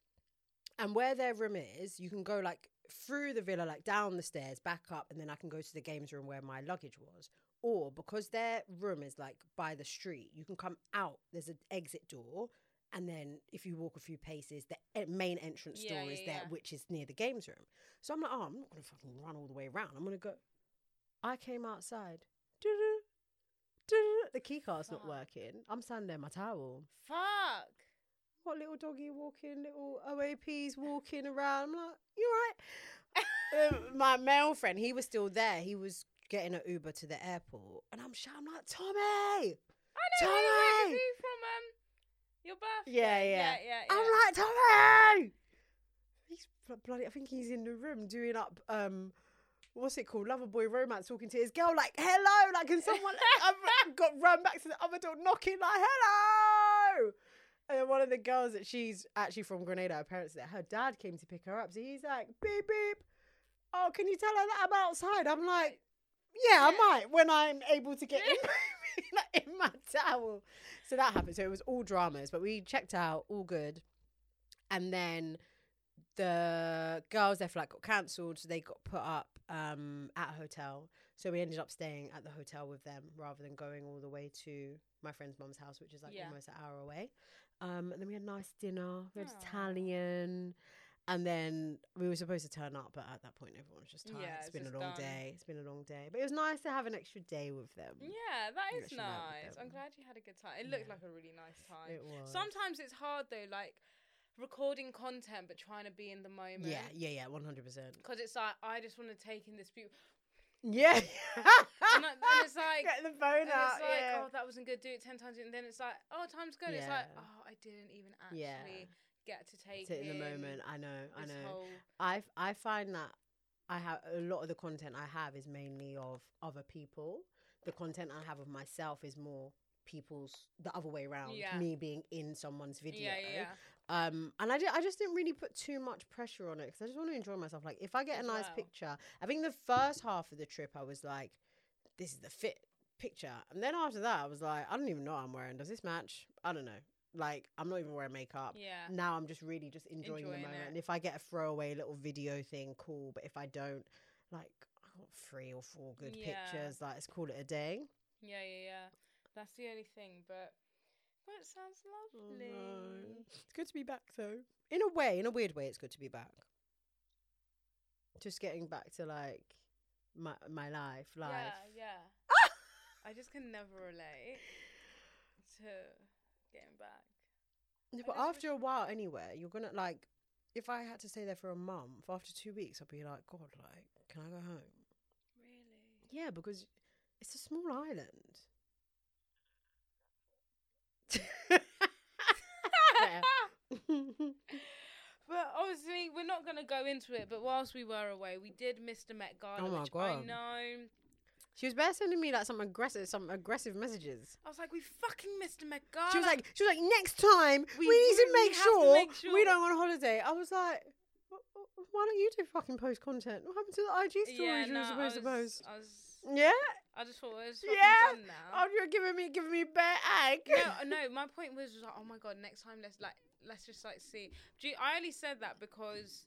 [SPEAKER 2] and where their room is, you can go like through the villa, like down the stairs, back up, and then I can go to the games room where my luggage was. Or because their room is like by the street, you can come out. There's an exit door, and then if you walk a few paces, the e- main entrance
[SPEAKER 1] Yeah,
[SPEAKER 2] door is
[SPEAKER 1] yeah,
[SPEAKER 2] there,
[SPEAKER 1] yeah.
[SPEAKER 2] which is near the games room. So I'm like, oh, I'm not gonna fucking run all the way around. I'm gonna go. I came outside. Doo-doo, doo-doo. The key card's not
[SPEAKER 1] Fuck.
[SPEAKER 2] working. I'm standing there, in my towel
[SPEAKER 1] Fuck.
[SPEAKER 2] what little doggy walking, little OAPs walking around. I'm like, you all right? Um, my male friend, he was still there. He was getting an Uber to the airport. And I'm shouting, I'm like, Tommy!
[SPEAKER 1] I know who it is,
[SPEAKER 2] Tommy!
[SPEAKER 1] who from um your birthday.
[SPEAKER 2] Yeah, yeah.
[SPEAKER 1] Yeah, yeah, yeah.
[SPEAKER 2] I'm like, Tommy! He's bl- bloody, I think he's in the room doing up, um, what's it called? Lover boy romance, talking to his girl, like, hello!
[SPEAKER 1] *laughs*
[SPEAKER 2] Like, can someone, I've got run back to the other door, knocking, like, hello! And one of the girls that she's actually from Grenada, her parents there, her dad came to pick her up. So he's like, beep, beep. Oh, can you tell her that I'm outside? I'm like, yeah, I
[SPEAKER 1] Yeah.
[SPEAKER 2] might when I'm able to get
[SPEAKER 1] Yeah.
[SPEAKER 2] in, *laughs* like, in my towel. So that happened. So it was all dramas, but we checked out, all good. And then the girls there for like got cancelled, so they got put up um, at a hotel. So we ended up staying at the hotel with them rather than going all the way to my friend's mum's house, which is like
[SPEAKER 1] Yeah.
[SPEAKER 2] almost an hour away. Um, and then we had a nice dinner. We had
[SPEAKER 1] Aw.
[SPEAKER 2] Italian. And then we were supposed to turn up, but at that point, everyone was just tired.
[SPEAKER 1] Yeah,
[SPEAKER 2] it's
[SPEAKER 1] it's
[SPEAKER 2] been a
[SPEAKER 1] just
[SPEAKER 2] long
[SPEAKER 1] done.
[SPEAKER 2] day. It's been a long day. But it was nice to have an extra day with them.
[SPEAKER 1] Yeah,
[SPEAKER 2] You
[SPEAKER 1] that is
[SPEAKER 2] actually know about
[SPEAKER 1] nice.
[SPEAKER 2] them.
[SPEAKER 1] I'm glad you had a good time. It looked
[SPEAKER 2] Yeah.
[SPEAKER 1] like a really nice time.
[SPEAKER 2] It was.
[SPEAKER 1] Sometimes it's hard though, like recording content but trying to be in the moment.
[SPEAKER 2] Yeah, yeah, yeah, 100%.
[SPEAKER 1] Because it's like I just want to take in this
[SPEAKER 2] *laughs*
[SPEAKER 1] beautiful.
[SPEAKER 2] Yeah. *laughs*
[SPEAKER 1] And, I- and it's like,
[SPEAKER 2] Get the
[SPEAKER 1] and
[SPEAKER 2] phone
[SPEAKER 1] it's
[SPEAKER 2] out.
[SPEAKER 1] like,
[SPEAKER 2] yeah.
[SPEAKER 1] oh, that wasn't good. Do it ten times, and then it's like, oh, time's good. It's like,
[SPEAKER 2] Yeah.
[SPEAKER 1] oh, I didn't even actually
[SPEAKER 2] Yeah.
[SPEAKER 1] get to take
[SPEAKER 2] Sit in the
[SPEAKER 1] in
[SPEAKER 2] moment. I know, I
[SPEAKER 1] this
[SPEAKER 2] know.
[SPEAKER 1] Whole,
[SPEAKER 2] I f- I find that I have a lot of the content I have is mainly of other people. The content I have of myself is more people's the other way around.
[SPEAKER 1] Yeah.
[SPEAKER 2] Me being in someone's video.
[SPEAKER 1] yeah, yeah, yeah.
[SPEAKER 2] Um, and I, di- I just didn't really put too much pressure on it because I just want to enjoy myself. Like, if I get
[SPEAKER 1] As
[SPEAKER 2] a nice
[SPEAKER 1] well.
[SPEAKER 2] picture, I think the first half of the trip, I was like, this is the fit picture. And then after that, I was like, I don't even know what I'm wearing. Does this match? I don't know. Like, I'm not even wearing makeup.
[SPEAKER 1] Yeah.
[SPEAKER 2] Now I'm just really just enjoying,
[SPEAKER 1] Enjoying
[SPEAKER 2] the moment.
[SPEAKER 1] it.
[SPEAKER 2] And if I get a throwaway little video thing, cool. But if I don't, like, I got three or four good
[SPEAKER 1] Yeah.
[SPEAKER 2] pictures. Like, let's call it a day.
[SPEAKER 1] Yeah, yeah, yeah. That's the only thing, but but it sounds lovely.
[SPEAKER 2] Oh, It's good to be back though. In a way, in a weird way, it's good to be back. Just getting back to like my my life, life.
[SPEAKER 1] Yeah,
[SPEAKER 2] *laughs*
[SPEAKER 1] yeah. I just can never relate to getting back.
[SPEAKER 2] No,
[SPEAKER 1] I
[SPEAKER 2] But
[SPEAKER 1] guess we
[SPEAKER 2] after a while, anyway, you're gonna like. If I had to stay there for a month, after two weeks, I'd be like, God, like, can I go home? *laughs*
[SPEAKER 1] Really?
[SPEAKER 2] Yeah, because it's a small island. Fair.
[SPEAKER 1] *laughs* But obviously, we're not going to go into it. But whilst we were away, we did miss the Met Gala,
[SPEAKER 2] Oh my
[SPEAKER 1] which I
[SPEAKER 2] God.
[SPEAKER 1] know.
[SPEAKER 2] *laughs* she was better sending me like some aggressive, some aggressive messages.
[SPEAKER 1] I was like, we fucking missed the Met Gala.
[SPEAKER 2] She was like, she was like, next time
[SPEAKER 1] We
[SPEAKER 2] we, need to
[SPEAKER 1] really have
[SPEAKER 2] make
[SPEAKER 1] to
[SPEAKER 2] sure,
[SPEAKER 1] make sure."
[SPEAKER 2] we don't go on holiday. I was like, "Wh- wh- why don't you do fucking post content? What happened to the IG stories you were
[SPEAKER 1] I
[SPEAKER 2] supposed to
[SPEAKER 1] was-
[SPEAKER 2] post?
[SPEAKER 1] I was,
[SPEAKER 2] yeah,
[SPEAKER 1] I just thought it was fucking
[SPEAKER 2] Yeah,
[SPEAKER 1] done now.
[SPEAKER 2] oh, you're giving me giving me bare egg.
[SPEAKER 1] no, no. My point was, was like, oh my god, next time let's like let's just like see. Do you, I only said that because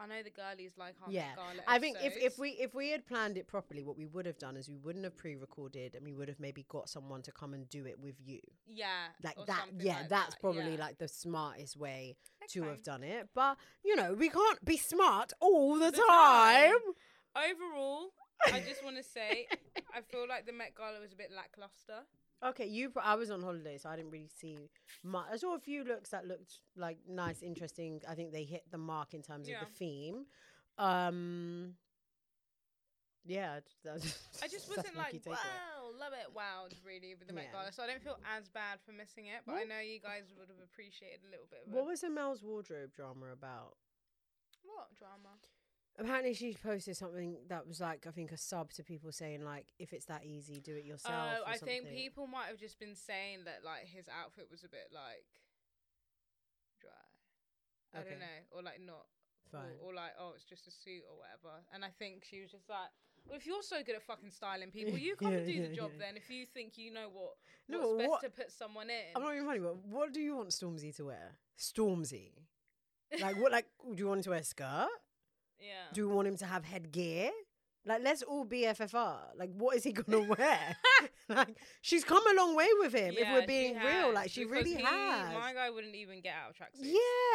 [SPEAKER 1] I know the girlies like our
[SPEAKER 2] Yeah,
[SPEAKER 1] Met Gala
[SPEAKER 2] *laughs* I think if, if
[SPEAKER 1] episodes.
[SPEAKER 2] we if we had planned it properly, what we would have done is we wouldn't have pre-recorded and we would have maybe got someone to come and do it with you.
[SPEAKER 1] yeah
[SPEAKER 2] Like
[SPEAKER 1] or
[SPEAKER 2] that,
[SPEAKER 1] something
[SPEAKER 2] yeah,
[SPEAKER 1] like
[SPEAKER 2] that's
[SPEAKER 1] that,
[SPEAKER 2] probably
[SPEAKER 1] yeah.
[SPEAKER 2] like the smartest way to
[SPEAKER 1] Okay.
[SPEAKER 2] have done it. But you know, we can't be smart all the,
[SPEAKER 1] The time.
[SPEAKER 2] time.
[SPEAKER 1] overall. I just
[SPEAKER 2] *laughs*
[SPEAKER 1] want to say I feel like the Met Gala was a bit lackluster.
[SPEAKER 2] Okay, you. pro- I was on holiday, so I didn't really see much. I saw a few looks that looked like nice, interesting. I think they hit the mark in terms
[SPEAKER 1] Yeah.
[SPEAKER 2] of the theme. Um, yeah, d- that's,
[SPEAKER 1] I just
[SPEAKER 2] *laughs* that's
[SPEAKER 1] wasn't
[SPEAKER 2] my
[SPEAKER 1] like
[SPEAKER 2] key takeaway.
[SPEAKER 1] wow, love it, wow, really with the Met
[SPEAKER 2] Yeah.
[SPEAKER 1] Gala. So I don't feel as bad for missing it, but I
[SPEAKER 2] What-
[SPEAKER 1] know you guys would have appreciated a little bit. Of a-
[SPEAKER 2] What was the Mel's wardrobe drama about?
[SPEAKER 1] what drama?
[SPEAKER 2] Apparently, she posted something that was like I think a sub to people saying like, "If it's that easy, do it yourself."
[SPEAKER 1] Oh,
[SPEAKER 2] or
[SPEAKER 1] I
[SPEAKER 2] something.
[SPEAKER 1] think people might have just been saying that like his outfit was a bit like dry. I
[SPEAKER 2] Okay.
[SPEAKER 1] don't know, or like not,
[SPEAKER 2] Fine.
[SPEAKER 1] or, or like oh, it's just a suit or whatever. And I think she was just like, well, if you're so good at fucking styling people, you come and do
[SPEAKER 2] *laughs* Yeah,
[SPEAKER 1] the
[SPEAKER 2] yeah,
[SPEAKER 1] job
[SPEAKER 2] yeah.
[SPEAKER 1] then. If you think you know what what's
[SPEAKER 2] No, but
[SPEAKER 1] best
[SPEAKER 2] what-
[SPEAKER 1] to put someone in,
[SPEAKER 2] I'm not even funny, but what do you want Stormzy to wear?
[SPEAKER 1] *laughs*
[SPEAKER 2] Stormzy, like what? Like, do you want him to wear a skirt?
[SPEAKER 1] yeah.
[SPEAKER 2] Do we want him to have headgear? Like, let's all be FFR. Like, what is
[SPEAKER 1] *laughs*
[SPEAKER 2] he gonna wear? *laughs* like, she's come a long way with him. if
[SPEAKER 1] Yeah,
[SPEAKER 2] we're
[SPEAKER 1] she
[SPEAKER 2] being real,
[SPEAKER 1] has,
[SPEAKER 2] like she
[SPEAKER 1] because
[SPEAKER 2] really
[SPEAKER 1] he-
[SPEAKER 2] has.
[SPEAKER 1] My guy wouldn't even get out of tracksuit.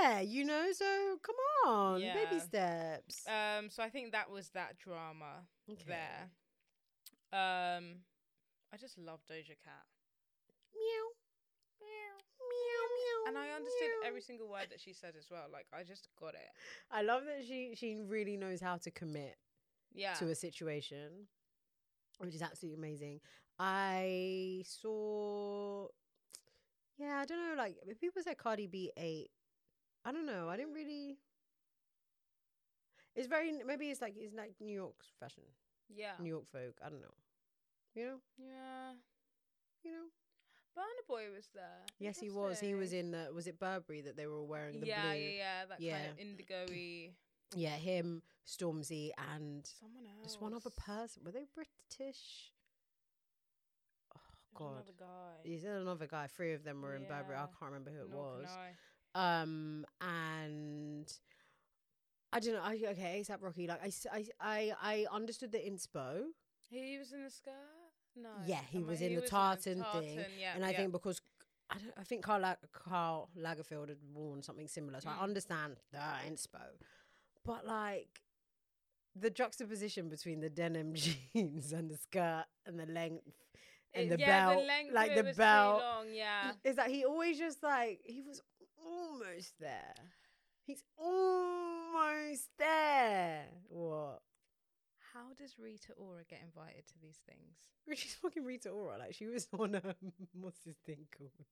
[SPEAKER 2] yeah, you know. So come on,
[SPEAKER 1] Yeah.
[SPEAKER 2] baby steps.
[SPEAKER 1] Um. So I think that was that drama
[SPEAKER 2] Okay.
[SPEAKER 1] there. Um. I just love Doja Cat.
[SPEAKER 2] Meow, meow, meow.
[SPEAKER 1] And I understood
[SPEAKER 2] meow.
[SPEAKER 1] every single word that she said as well. Like I just got it.
[SPEAKER 2] I love that she she really knows how to commit
[SPEAKER 1] Yeah.
[SPEAKER 2] to a situation, which is absolutely amazing. I saw, yeah, I don't know, like if people said Cardi B eight. I don't know. I didn't really. It's very maybe it's like it's like New York's fashion,
[SPEAKER 1] yeah.
[SPEAKER 2] New York folk. I don't know. You know,
[SPEAKER 1] Yeah.
[SPEAKER 2] you know.
[SPEAKER 1] Burner boy was there.
[SPEAKER 2] Yes, he was. He was
[SPEAKER 1] Interesting.
[SPEAKER 2] in the was it Burberry that they were all wearing the
[SPEAKER 1] yeah,
[SPEAKER 2] blue.
[SPEAKER 1] yeah, yeah. That
[SPEAKER 2] Yeah.
[SPEAKER 1] kind of indigo-y.
[SPEAKER 2] Yeah, him, Stormzy, and
[SPEAKER 1] Someone else.
[SPEAKER 2] just one other person. Were they British? Oh
[SPEAKER 1] There's
[SPEAKER 2] God,
[SPEAKER 1] Another guy.
[SPEAKER 2] is there another guy? Three of them were in Burberry. I
[SPEAKER 1] Yeah.
[SPEAKER 2] can't remember who it
[SPEAKER 1] Nor can
[SPEAKER 2] was.
[SPEAKER 1] I.
[SPEAKER 2] um and I don't know. I, okay, ASAP Rocky. Like I, s- I, I, I understood the inspo,
[SPEAKER 1] He was in the skirt. No.
[SPEAKER 2] Yeah, he
[SPEAKER 1] am I-
[SPEAKER 2] was in the tartan thing,
[SPEAKER 1] Yeah,
[SPEAKER 2] and I
[SPEAKER 1] yeah.
[SPEAKER 2] think because I don't, I think Carl, La- Carl Lagerfeld had worn something similar, so I
[SPEAKER 1] Mm.
[SPEAKER 2] understand the inspo, but like the juxtaposition between the denim *laughs* jeans and the skirt and the length and
[SPEAKER 1] It-
[SPEAKER 2] the
[SPEAKER 1] Uh, yeah,
[SPEAKER 2] belt,
[SPEAKER 1] the length
[SPEAKER 2] like
[SPEAKER 1] of
[SPEAKER 2] the
[SPEAKER 1] it was too
[SPEAKER 2] belt, E
[SPEAKER 1] long, yeah.
[SPEAKER 2] is that he always just like he was almost there. He's almost there. What?
[SPEAKER 1] How does Rita Ora get invited to these things?
[SPEAKER 2] She's fucking Rita Ora. Like she was *laughs* on um, what's this thing called?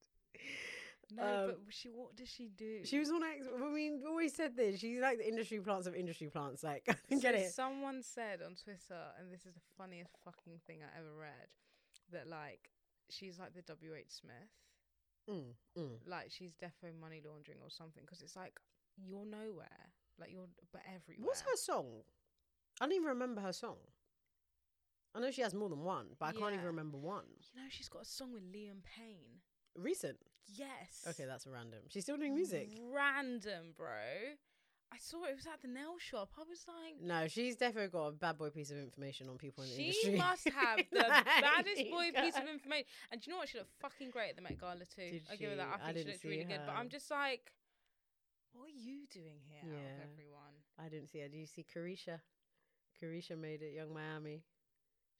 [SPEAKER 1] No,
[SPEAKER 2] Um,
[SPEAKER 1] but she what does she do?
[SPEAKER 2] She was on. X. I mean, we've always said this. She's like the industry plants of industry plants. Like, *laughs* I don't get
[SPEAKER 1] So
[SPEAKER 2] it?
[SPEAKER 1] Someone said on Twitter, and this is the funniest fucking thing I ever read, that like she's like the W H Smith,
[SPEAKER 2] Mm, mm.
[SPEAKER 1] like she's defo money laundering or something, because it's like you're nowhere, like you're but everywhere.
[SPEAKER 2] What's her song? I don't even remember her song. I know she has more than one, but I can't even
[SPEAKER 1] Yeah.
[SPEAKER 2] remember one.
[SPEAKER 1] You know, she's got a song with Liam Payne.
[SPEAKER 2] Recent.
[SPEAKER 1] Yes.
[SPEAKER 2] Okay, that's random. She's still doing music.
[SPEAKER 1] Random, bro. I saw it, it was at the nail shop. I was like,
[SPEAKER 2] No, she's definitely got a bad boy piece of information on people in the industry.
[SPEAKER 1] she must have
[SPEAKER 2] *laughs*
[SPEAKER 1] the
[SPEAKER 2] Like,
[SPEAKER 1] baddest
[SPEAKER 2] she's *laughs*
[SPEAKER 1] boy piece of
[SPEAKER 2] got-
[SPEAKER 1] information. And do you know what? She looked fucking great at the Met Gala too.
[SPEAKER 2] Did
[SPEAKER 1] I give her
[SPEAKER 2] she?
[SPEAKER 1] that.
[SPEAKER 2] I
[SPEAKER 1] I think she
[SPEAKER 2] didn't
[SPEAKER 1] looks really
[SPEAKER 2] see
[SPEAKER 1] good. But
[SPEAKER 2] her.
[SPEAKER 1] I'm just like, what are you doing here out
[SPEAKER 2] Yeah.
[SPEAKER 1] of everyone?
[SPEAKER 2] I didn't see her. Do you see Carisha? Carisha made it, Young Miami.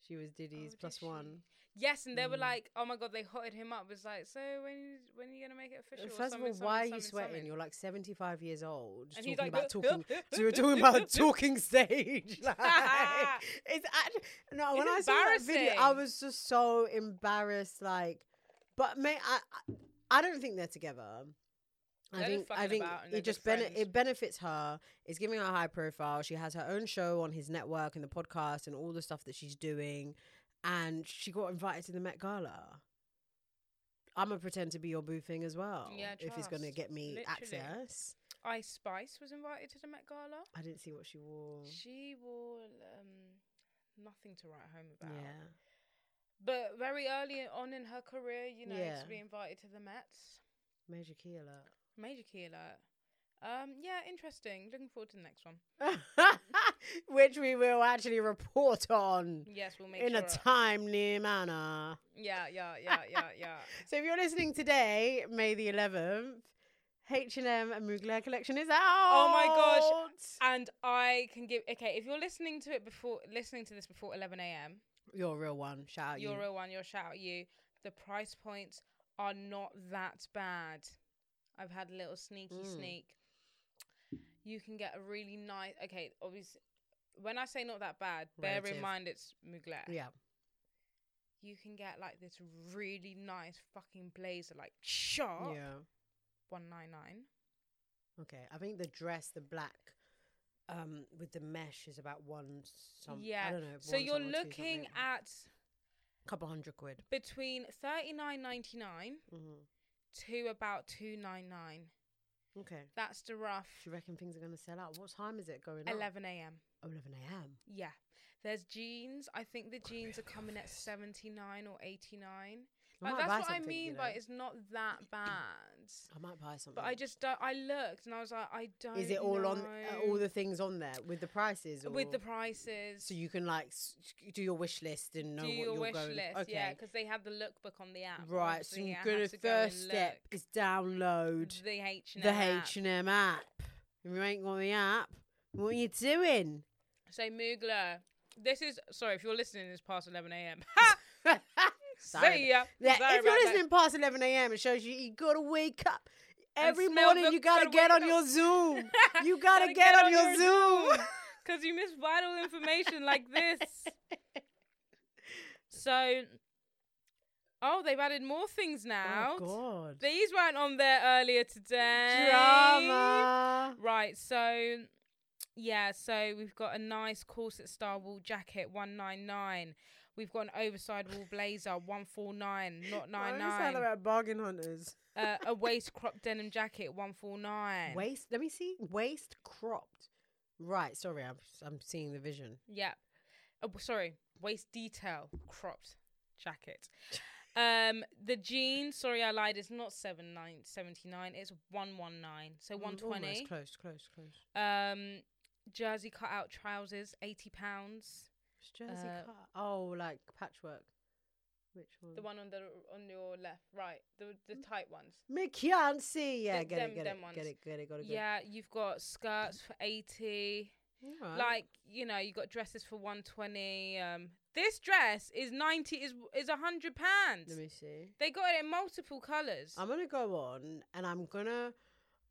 [SPEAKER 2] She was Diddy's
[SPEAKER 1] Oh, did
[SPEAKER 2] plus
[SPEAKER 1] she?
[SPEAKER 2] one.
[SPEAKER 1] Yes, and they were
[SPEAKER 2] Mm.
[SPEAKER 1] like, oh my god, they hotted him up. It was like, so when you, when are you gonna make it official? or
[SPEAKER 2] First of all,
[SPEAKER 1] something,
[SPEAKER 2] why are
[SPEAKER 1] something,
[SPEAKER 2] you
[SPEAKER 1] something,
[SPEAKER 2] sweating?
[SPEAKER 1] something.
[SPEAKER 2] You're like 75 years old. Just
[SPEAKER 1] And
[SPEAKER 2] talking
[SPEAKER 1] he's like,
[SPEAKER 2] about
[SPEAKER 1] *laughs*
[SPEAKER 2] talking. *laughs* So we're talking about talking stage. *laughs* Like, it's actually, no,
[SPEAKER 1] It's
[SPEAKER 2] when I saw that video, I
[SPEAKER 1] embarrassing.
[SPEAKER 2] was just so embarrassed. Like, but mate, I, I, I don't think they're together. I
[SPEAKER 1] They're just
[SPEAKER 2] think I
[SPEAKER 1] fucking
[SPEAKER 2] think
[SPEAKER 1] about and they're
[SPEAKER 2] it just
[SPEAKER 1] good
[SPEAKER 2] bene-
[SPEAKER 1] friends.
[SPEAKER 2] it benefits her. It's giving her a high profile. She has her own show on his network and the podcast and all the stuff that she's doing, and she got invited to the Met Gala. I'm gonna pretend to be your boo thing as well.
[SPEAKER 1] Yeah,
[SPEAKER 2] if it's gonna
[SPEAKER 1] trust.
[SPEAKER 2] get me
[SPEAKER 1] Literally.
[SPEAKER 2] access.
[SPEAKER 1] Ice Spice was invited to the Met Gala.
[SPEAKER 2] I didn't see what she wore.
[SPEAKER 1] She wore um, nothing to write home
[SPEAKER 2] Yeah,
[SPEAKER 1] about. But very early on in her career, you know,
[SPEAKER 2] Yeah.
[SPEAKER 1] to be invited to the Mets,
[SPEAKER 2] major key alert.
[SPEAKER 1] major key alert. Um, yeah, interesting. Looking forward to the next one. *laughs*
[SPEAKER 2] *laughs* which we will actually report on
[SPEAKER 1] Yes, we'll make
[SPEAKER 2] in
[SPEAKER 1] sure.
[SPEAKER 2] a timely manner.
[SPEAKER 1] yeah, yeah, yeah, yeah, yeah.
[SPEAKER 2] *laughs* So if you're listening today, May the 11th, H&M and Mugler collection is out.
[SPEAKER 1] Oh my gosh. And I can give. Okay, if you're listening to it before listening to this before 11 a.m.,
[SPEAKER 2] You're a real one. Shout out
[SPEAKER 1] you're
[SPEAKER 2] you.
[SPEAKER 1] a one. You're shout out you. The price points are not that bad. I've had a little sneaky
[SPEAKER 2] Mm.
[SPEAKER 1] sneak. You can get a really nice. Okay, obviously, when I say not that bad, bear
[SPEAKER 2] Relative.
[SPEAKER 1] in mind it's Mugler.
[SPEAKER 2] yeah.
[SPEAKER 1] you can get like this really nice fucking blazer, like sharp
[SPEAKER 2] Yeah.
[SPEAKER 1] one nine nine.
[SPEAKER 2] Okay. I think the dress, the black um with the mesh is about one some I
[SPEAKER 1] Yeah.
[SPEAKER 2] don't know.
[SPEAKER 1] So
[SPEAKER 2] one
[SPEAKER 1] you're
[SPEAKER 2] something or two
[SPEAKER 1] looking
[SPEAKER 2] something.
[SPEAKER 1] at
[SPEAKER 2] couple hundred quid.
[SPEAKER 1] between thirty nine ninety nine
[SPEAKER 2] hmm
[SPEAKER 1] to about two nine nine.
[SPEAKER 2] Okay.
[SPEAKER 1] That's the rough
[SPEAKER 2] Do you reckon things are going to sell out? What time is it going up?
[SPEAKER 1] eleven a.m.
[SPEAKER 2] 11 a.m.
[SPEAKER 1] Yeah. There's jeans. I think the jeans are coming at seventy nine or eighty nine.
[SPEAKER 2] I
[SPEAKER 1] Like,
[SPEAKER 2] might
[SPEAKER 1] Uh, that's
[SPEAKER 2] buy
[SPEAKER 1] what I
[SPEAKER 2] something, you
[SPEAKER 1] mean
[SPEAKER 2] know.
[SPEAKER 1] by it's not
[SPEAKER 2] *clears throat*
[SPEAKER 1] that bad.
[SPEAKER 2] I might buy something.
[SPEAKER 1] But I just don't. I looked and I was like, I don't.
[SPEAKER 2] is it all on uh,
[SPEAKER 1] know. Uh,
[SPEAKER 2] all the things on there with the prices? Or?
[SPEAKER 1] with the prices?
[SPEAKER 2] so you can like s- do your wish list and know
[SPEAKER 1] do
[SPEAKER 2] what
[SPEAKER 1] your
[SPEAKER 2] you're
[SPEAKER 1] wish
[SPEAKER 2] going.
[SPEAKER 1] list,
[SPEAKER 2] okay.
[SPEAKER 1] yeah, because they have the lookbook on the app.
[SPEAKER 2] right. So
[SPEAKER 1] Obviously,
[SPEAKER 2] you're
[SPEAKER 1] I
[SPEAKER 2] gonna
[SPEAKER 1] had to go
[SPEAKER 2] first
[SPEAKER 1] and
[SPEAKER 2] step
[SPEAKER 1] look.
[SPEAKER 2] is download
[SPEAKER 1] the H and
[SPEAKER 2] the H and M app. If you ain't got the app, what are
[SPEAKER 1] *laughs*
[SPEAKER 2] you doing?
[SPEAKER 1] So Moogler, this is sorry if you're listening. It's past eleven *laughs* a.m.
[SPEAKER 2] Sorry
[SPEAKER 1] See ya.
[SPEAKER 2] Yeah,
[SPEAKER 1] Sorry
[SPEAKER 2] if you're
[SPEAKER 1] about that.
[SPEAKER 2] listening past 11 a.m., it shows you you gotta wake up.
[SPEAKER 1] And
[SPEAKER 2] Every
[SPEAKER 1] smell
[SPEAKER 2] morning
[SPEAKER 1] the-
[SPEAKER 2] you gotta
[SPEAKER 1] gotta
[SPEAKER 2] get
[SPEAKER 1] wake
[SPEAKER 2] on
[SPEAKER 1] up.
[SPEAKER 2] your Zoom.
[SPEAKER 1] *laughs*
[SPEAKER 2] You gotta, get, on your, Zoom.
[SPEAKER 1] because you miss vital information like this.
[SPEAKER 2] *laughs*
[SPEAKER 1] So, oh, they've added more things now.
[SPEAKER 2] Oh God.
[SPEAKER 1] These weren't on there earlier today.
[SPEAKER 2] Drama.
[SPEAKER 1] Right, so yeah, so we've got a nice corset style wool jacket, one nine nine. We've got an overside wall blazer, one four nine, not nine
[SPEAKER 2] Why do we sound
[SPEAKER 1] nine.
[SPEAKER 2] like bargain hunters.
[SPEAKER 1] Uh, a waist crop denim jacket, one four nine.
[SPEAKER 2] Waist. Let me see. Waist cropped. Right. Sorry, I'm I'm seeing the vision.
[SPEAKER 1] Yeah. Oh, w- sorry, waist detail cropped jacket. *laughs* Um, the jeans. Sorry, I lied. It's not seven nine seventy nine. It's one one nine. So
[SPEAKER 2] Mm,
[SPEAKER 1] one
[SPEAKER 2] almost
[SPEAKER 1] twenty.
[SPEAKER 2] Close. Close. Close.
[SPEAKER 1] Um, jersey cutout trousers, eighty pounds.
[SPEAKER 2] It's Jersey
[SPEAKER 1] Uh,
[SPEAKER 2] cut. Oh, like patchwork. Which one?
[SPEAKER 1] The one on the on your left, right, the the
[SPEAKER 2] Mm.
[SPEAKER 1] tight ones.
[SPEAKER 2] McKiancy. Yeah,
[SPEAKER 1] Th-
[SPEAKER 2] get
[SPEAKER 1] them-
[SPEAKER 2] it, get
[SPEAKER 1] them
[SPEAKER 2] it,
[SPEAKER 1] ones.
[SPEAKER 2] get it, get it, got it, got
[SPEAKER 1] Yeah, you've got skirts for eighty.
[SPEAKER 2] it. Alright.
[SPEAKER 1] Like you know, you got dresses for one twenty. Um, this dress is ninety is is a hundred
[SPEAKER 2] let
[SPEAKER 1] pounds.
[SPEAKER 2] me see.
[SPEAKER 1] They got it in multiple colours.
[SPEAKER 2] I'm gonna go on, and I'm gonna,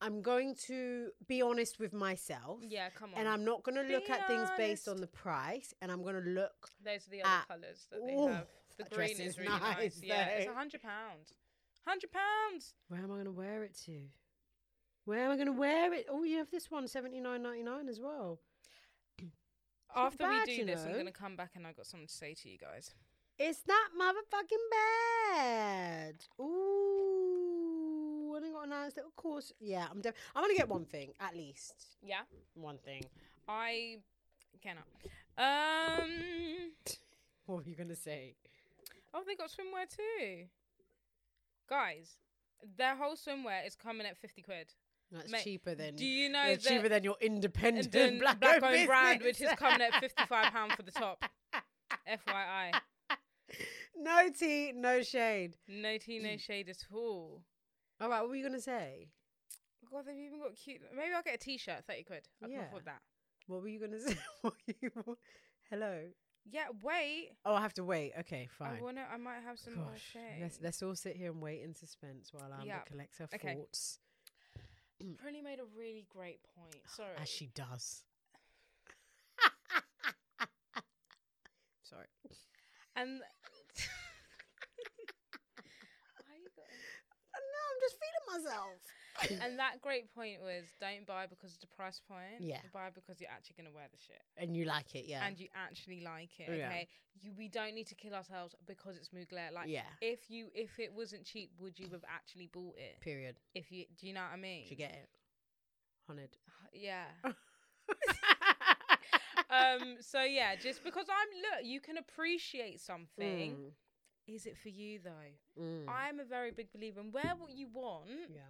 [SPEAKER 2] I'm going to be honest with *laughs* myself.
[SPEAKER 1] yeah, come on.
[SPEAKER 2] And I'm not gonna look
[SPEAKER 1] Be
[SPEAKER 2] at things based on
[SPEAKER 1] honest.
[SPEAKER 2] the price, and I'm gonna look.
[SPEAKER 1] Those are the other
[SPEAKER 2] Ah.
[SPEAKER 1] colours that they
[SPEAKER 2] Ooh,
[SPEAKER 1] have. The
[SPEAKER 2] that
[SPEAKER 1] green is
[SPEAKER 2] dress is
[SPEAKER 1] really nice.
[SPEAKER 2] nice,
[SPEAKER 1] Yeah, it's
[SPEAKER 2] though.
[SPEAKER 1] a hundred pounds. Hundred pounds.
[SPEAKER 2] Where am I gonna wear it to? Where am I gonna wear it? Oh, you have this one, seventy nine ninety nine as well. not
[SPEAKER 1] After
[SPEAKER 2] bad,
[SPEAKER 1] we do
[SPEAKER 2] you
[SPEAKER 1] this, I'm
[SPEAKER 2] know.
[SPEAKER 1] gonna come back and I've got something to say to you guys.
[SPEAKER 2] It's not motherfucking bad. Ooh, I got a nice little course. Yeah, I'm. Def- I'm gonna get one thing at least.
[SPEAKER 1] Yeah.
[SPEAKER 2] One thing. *laughs*
[SPEAKER 1] I cannot. Um.
[SPEAKER 2] What were you gonna say?
[SPEAKER 1] Oh, they got swimwear too. Guys, their whole swimwear is coming at fifty quid.
[SPEAKER 2] That's
[SPEAKER 1] Mate,
[SPEAKER 2] cheaper than.
[SPEAKER 1] Do you know
[SPEAKER 2] yeah,
[SPEAKER 1] that
[SPEAKER 2] cheaper than your *laughs* independent
[SPEAKER 1] than
[SPEAKER 2] black,
[SPEAKER 1] black-owned
[SPEAKER 2] owned
[SPEAKER 1] brand, which is coming at fifty-five pound for the top? FYI,
[SPEAKER 2] *laughs* No tea, no shade.
[SPEAKER 1] no tea,
[SPEAKER 2] *laughs*
[SPEAKER 1] no shade at all.
[SPEAKER 2] All right, what were you gonna say?
[SPEAKER 1] God, they've even got cute. Maybe I'll get a T-shirt, thirty quid. I can
[SPEAKER 2] Yeah.
[SPEAKER 1] afford that.
[SPEAKER 2] What were you gonna *laughs* say? What you- Hello.
[SPEAKER 1] Yeah, wait.
[SPEAKER 2] Oh, I have to wait. Okay, fine.
[SPEAKER 1] I wanna. I might have some more
[SPEAKER 2] Gosh,
[SPEAKER 1] shade.
[SPEAKER 2] let's let's all sit here and wait in suspense while Amber
[SPEAKER 1] Yeah.
[SPEAKER 2] collects her
[SPEAKER 1] Okay.
[SPEAKER 2] thoughts,
[SPEAKER 1] Mm. Prinny made a really great point. Sorry.
[SPEAKER 2] as she does. Sorry. *laughs*
[SPEAKER 1] and. Why you got-
[SPEAKER 2] No, I'm just feeling myself.
[SPEAKER 1] and that great point was don't buy because of the price point.
[SPEAKER 2] Yeah.
[SPEAKER 1] Buy because you're actually gonna wear the shit.
[SPEAKER 2] And you like it, yeah?
[SPEAKER 1] and you actually like it.
[SPEAKER 2] Yeah.
[SPEAKER 1] Okay, you, we don't need to kill ourselves because it's Mugler. Like,
[SPEAKER 2] yeah.
[SPEAKER 1] if you if it wasn't cheap, would you have actually bought it?
[SPEAKER 2] Period.
[SPEAKER 1] If you do you know what I mean?
[SPEAKER 2] Did you get it? Haunted.
[SPEAKER 1] yeah.
[SPEAKER 2] *laughs*
[SPEAKER 1] Um. So yeah, just because I'm look, you can appreciate something. Is it for you though?
[SPEAKER 2] Mm, mm.
[SPEAKER 1] I'm a very big believer in wear what you want.
[SPEAKER 2] Yeah.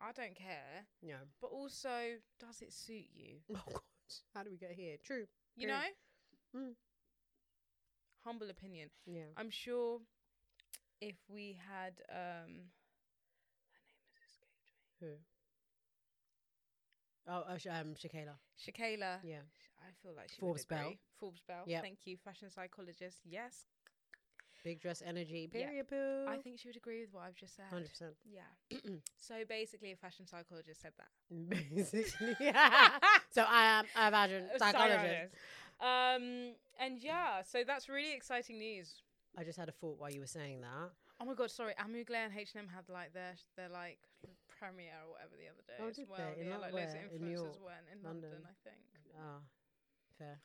[SPEAKER 1] I don't care,
[SPEAKER 2] Yeah. *laughs*
[SPEAKER 1] but also does it suit you?
[SPEAKER 2] Oh God! How do we get here? True.
[SPEAKER 1] You
[SPEAKER 2] True.
[SPEAKER 1] know.
[SPEAKER 2] Mm.
[SPEAKER 1] Humble opinion.
[SPEAKER 2] Yeah.
[SPEAKER 1] I'm sure if we had um her name has escaped me.
[SPEAKER 2] Who? Oh, uh, Sh- um, Shakela.
[SPEAKER 1] Shakela.
[SPEAKER 2] Yeah.
[SPEAKER 1] I feel like she
[SPEAKER 2] Forbes
[SPEAKER 1] Forbes
[SPEAKER 2] Bell.
[SPEAKER 1] Bell. Forbes Bell.
[SPEAKER 2] Yep.
[SPEAKER 1] Thank you, fashion psychologist. Yes.
[SPEAKER 2] Big dress energy.
[SPEAKER 1] Yeah.
[SPEAKER 2] Period. Boo.
[SPEAKER 1] I think she would agree with what I've just said.
[SPEAKER 2] Hundred percent.
[SPEAKER 1] Yeah. *clears throat* so basically a fashion psychologist said that. *laughs*
[SPEAKER 2] Basically. so I am a virgin
[SPEAKER 1] A
[SPEAKER 2] psychologist.
[SPEAKER 1] Um and yeah, so that's really exciting news.
[SPEAKER 2] I just had a thought while you were saying that.
[SPEAKER 1] Oh my god, sorry, Amugler and H and M had like their their like premiere or whatever the other day
[SPEAKER 2] Oh,
[SPEAKER 1] as
[SPEAKER 2] did
[SPEAKER 1] well.
[SPEAKER 2] they? In
[SPEAKER 1] yeah,
[SPEAKER 2] Lo-
[SPEAKER 1] like loads of
[SPEAKER 2] where?
[SPEAKER 1] influencers
[SPEAKER 2] In New York?
[SPEAKER 1] went in
[SPEAKER 2] London?
[SPEAKER 1] London I think.
[SPEAKER 2] Ah, fair.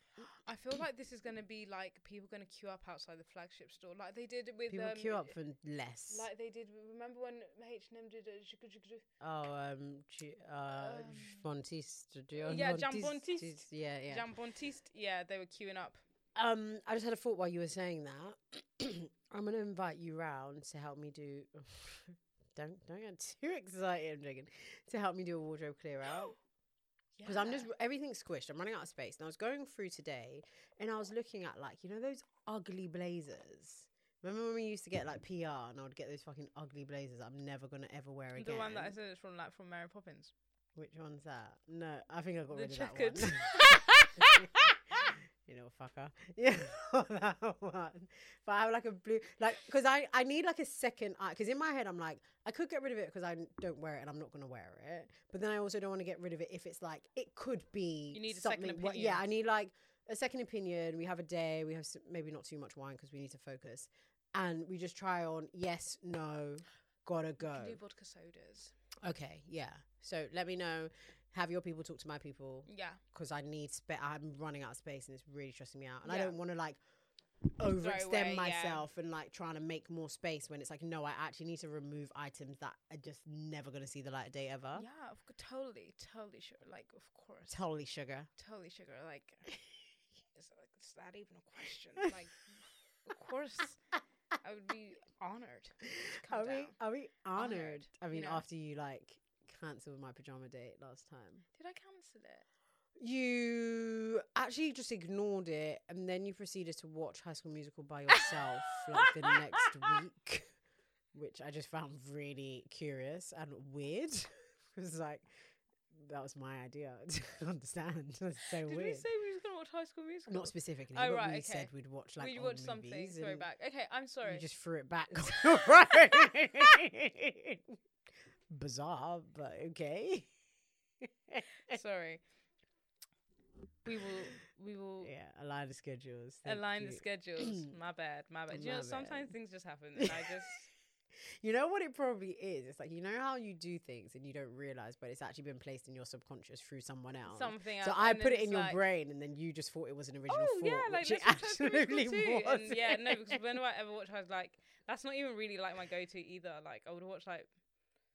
[SPEAKER 1] I feel like this is going to be like people going to queue up outside the flagship store, like they did with
[SPEAKER 2] People
[SPEAKER 1] um,
[SPEAKER 2] queue up for less.
[SPEAKER 1] Like they did. Remember when H and M did a zhug- zhug- zhug-
[SPEAKER 2] oh, um, G- uh,
[SPEAKER 1] Um,
[SPEAKER 2] Fontiste.
[SPEAKER 1] yeah, Jean Fontiste.
[SPEAKER 2] Yeah, yeah.
[SPEAKER 1] Jean Baptiste? Yeah, they were queuing
[SPEAKER 2] *gasps*
[SPEAKER 1] up.
[SPEAKER 2] Um, I just had a thought while you were saying that. *coughs* I'm gonna invite you round to help me do. *laughs* don't don't get too *laughs* excited. I'm joking. To help me do a wardrobe clear out because I'm just
[SPEAKER 1] Yeah.
[SPEAKER 2] everything's squished. I'm running out of space. And I was going through today, and I was looking at like you know those ugly blazers. Remember when we used to get like PR, and I would get those fucking ugly blazers. I'm never gonna ever wear again.
[SPEAKER 1] the one that I said is from like from Mary Poppins.
[SPEAKER 2] Which one's that? No, I think I got
[SPEAKER 1] the
[SPEAKER 2] rid of
[SPEAKER 1] checkered.
[SPEAKER 2] that
[SPEAKER 1] *laughs*
[SPEAKER 2] one. *laughs* you little fucker. Yeah, that one. But I have like a blue, like, because I, I need like a second eye. Because in my head, I'm like, I could get rid of it because I n- don't wear it and I'm not going to wear it. But then I also don't want to get rid of it if it's like, it could be.
[SPEAKER 1] You need a second
[SPEAKER 2] something, wha-
[SPEAKER 1] opinion.
[SPEAKER 2] Yeah, I need like a second opinion. We have a day. We have s maybe not too much wine because we need to focus. And we just try on yes, no, gotta
[SPEAKER 1] You
[SPEAKER 2] go.
[SPEAKER 1] can do vodka sodas.
[SPEAKER 2] Okay, yeah. So let me know. Have your people talk to my people
[SPEAKER 1] Yeah,
[SPEAKER 2] because I need space. I'm running out of space and it's really stressing me out. And I
[SPEAKER 1] Yeah.
[SPEAKER 2] don't want to like overextend
[SPEAKER 1] away, yeah.
[SPEAKER 2] myself and like trying to make more space when it's like, no, I actually need to remove items that are just never going to see the light of day ever.
[SPEAKER 1] Yeah, of, cou- totally, totally sure. Like, of course,
[SPEAKER 2] Totally sugar.
[SPEAKER 1] totally sugar.
[SPEAKER 2] *laughs*
[SPEAKER 1] Like, is, like, is that even a question? Like, of course, I would be honored. to come
[SPEAKER 2] Are
[SPEAKER 1] down.
[SPEAKER 2] we, are we honored?
[SPEAKER 1] Honored,
[SPEAKER 2] I
[SPEAKER 1] you
[SPEAKER 2] mean,
[SPEAKER 1] know.
[SPEAKER 2] after you like cancelled my pajama date last time.
[SPEAKER 1] Did I cancel it?
[SPEAKER 2] You actually just ignored it, and then you proceeded to watch High School Musical by yourself like the
[SPEAKER 1] *laughs*
[SPEAKER 2] next week, which I just found really curious and weird. *laughs* it was like that was my idea. *laughs* I don't understand. *laughs* That's so
[SPEAKER 1] Did we
[SPEAKER 2] weird.
[SPEAKER 1] say we was gonna watch High School Musical?
[SPEAKER 2] Not specifically,
[SPEAKER 1] Oh,
[SPEAKER 2] but
[SPEAKER 1] right,
[SPEAKER 2] we
[SPEAKER 1] okay.
[SPEAKER 2] said we'd watch like
[SPEAKER 1] we
[SPEAKER 2] old
[SPEAKER 1] watched something.
[SPEAKER 2] movies
[SPEAKER 1] Sorry,
[SPEAKER 2] and
[SPEAKER 1] back. Okay, I'm sorry.
[SPEAKER 2] You just *laughs* threw it
[SPEAKER 1] *laughs*
[SPEAKER 2] back. on your own. *laughs* Bizarre, but okay.
[SPEAKER 1] sorry. We will. We will.
[SPEAKER 2] Yeah, align the schedules. thank
[SPEAKER 1] align the
[SPEAKER 2] you.
[SPEAKER 1] schedules.
[SPEAKER 2] *clears throat*
[SPEAKER 1] my bad. My bad. you
[SPEAKER 2] My
[SPEAKER 1] know,
[SPEAKER 2] bad.
[SPEAKER 1] sometimes things just happen, and I
[SPEAKER 2] *laughs*
[SPEAKER 1] just
[SPEAKER 2] You know what it probably is? It's like you know how you do things and you don't realize, but it's actually been placed in your subconscious through someone else.
[SPEAKER 1] something.
[SPEAKER 2] Oh. so
[SPEAKER 1] else,
[SPEAKER 2] I
[SPEAKER 1] and
[SPEAKER 2] put
[SPEAKER 1] then
[SPEAKER 2] it in
[SPEAKER 1] it's
[SPEAKER 2] your
[SPEAKER 1] like,
[SPEAKER 2] brain, and then you just thought it was an original
[SPEAKER 1] Oh
[SPEAKER 2] thought,
[SPEAKER 1] yeah, like
[SPEAKER 2] which it
[SPEAKER 1] that's what High School Musical too.
[SPEAKER 2] absolutely *laughs* was.
[SPEAKER 1] And yeah, no, because whenever I ever watched, I was like, that's not even really like my go-to either. Like I would watch like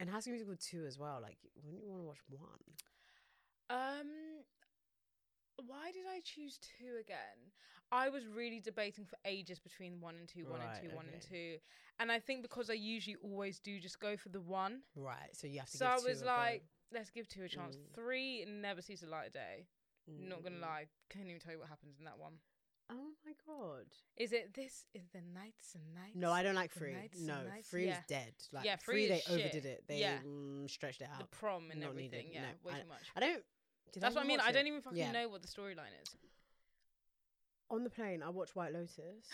[SPEAKER 2] and High School Musical two as well. Like, wouldn't you want to watch one?
[SPEAKER 1] Um, why did I choose two again? I was really debating for ages between one and two, one
[SPEAKER 2] Right,
[SPEAKER 1] and two, one and
[SPEAKER 2] okay.
[SPEAKER 1] two, and I think because I usually always do, just go for the one.
[SPEAKER 2] Right. So you have to.
[SPEAKER 1] So
[SPEAKER 2] give
[SPEAKER 1] I
[SPEAKER 2] two
[SPEAKER 1] was
[SPEAKER 2] a go.
[SPEAKER 1] like, let's give two a chance.
[SPEAKER 2] Mm.
[SPEAKER 1] Three never sees the light of day. Not gonna
[SPEAKER 2] Mm.
[SPEAKER 1] lie, couldn't even tell you what happens in that one.
[SPEAKER 2] Oh my god.
[SPEAKER 1] Is it this? Is the nights and nights?
[SPEAKER 2] No, I don't like
[SPEAKER 1] the
[SPEAKER 2] free.
[SPEAKER 1] nights and
[SPEAKER 2] No,
[SPEAKER 1] nights,
[SPEAKER 2] free is
[SPEAKER 1] yeah.
[SPEAKER 2] dead. Like
[SPEAKER 1] Yeah,
[SPEAKER 2] free,
[SPEAKER 1] Free
[SPEAKER 2] they
[SPEAKER 1] is shit.
[SPEAKER 2] overdid it. They
[SPEAKER 1] Yeah.
[SPEAKER 2] mm, stretched it
[SPEAKER 1] the
[SPEAKER 2] out.
[SPEAKER 1] prom and
[SPEAKER 2] Not needed,
[SPEAKER 1] everything. Yeah,
[SPEAKER 2] no.
[SPEAKER 1] way too much.
[SPEAKER 2] I don't. Did
[SPEAKER 1] That's what I
[SPEAKER 2] even
[SPEAKER 1] mean.
[SPEAKER 2] watch
[SPEAKER 1] I
[SPEAKER 2] it?
[SPEAKER 1] don't even fucking
[SPEAKER 2] Yeah.
[SPEAKER 1] know what the storyline
[SPEAKER 2] *gasps*
[SPEAKER 1] is.
[SPEAKER 2] On the plane, I watched White Lotus,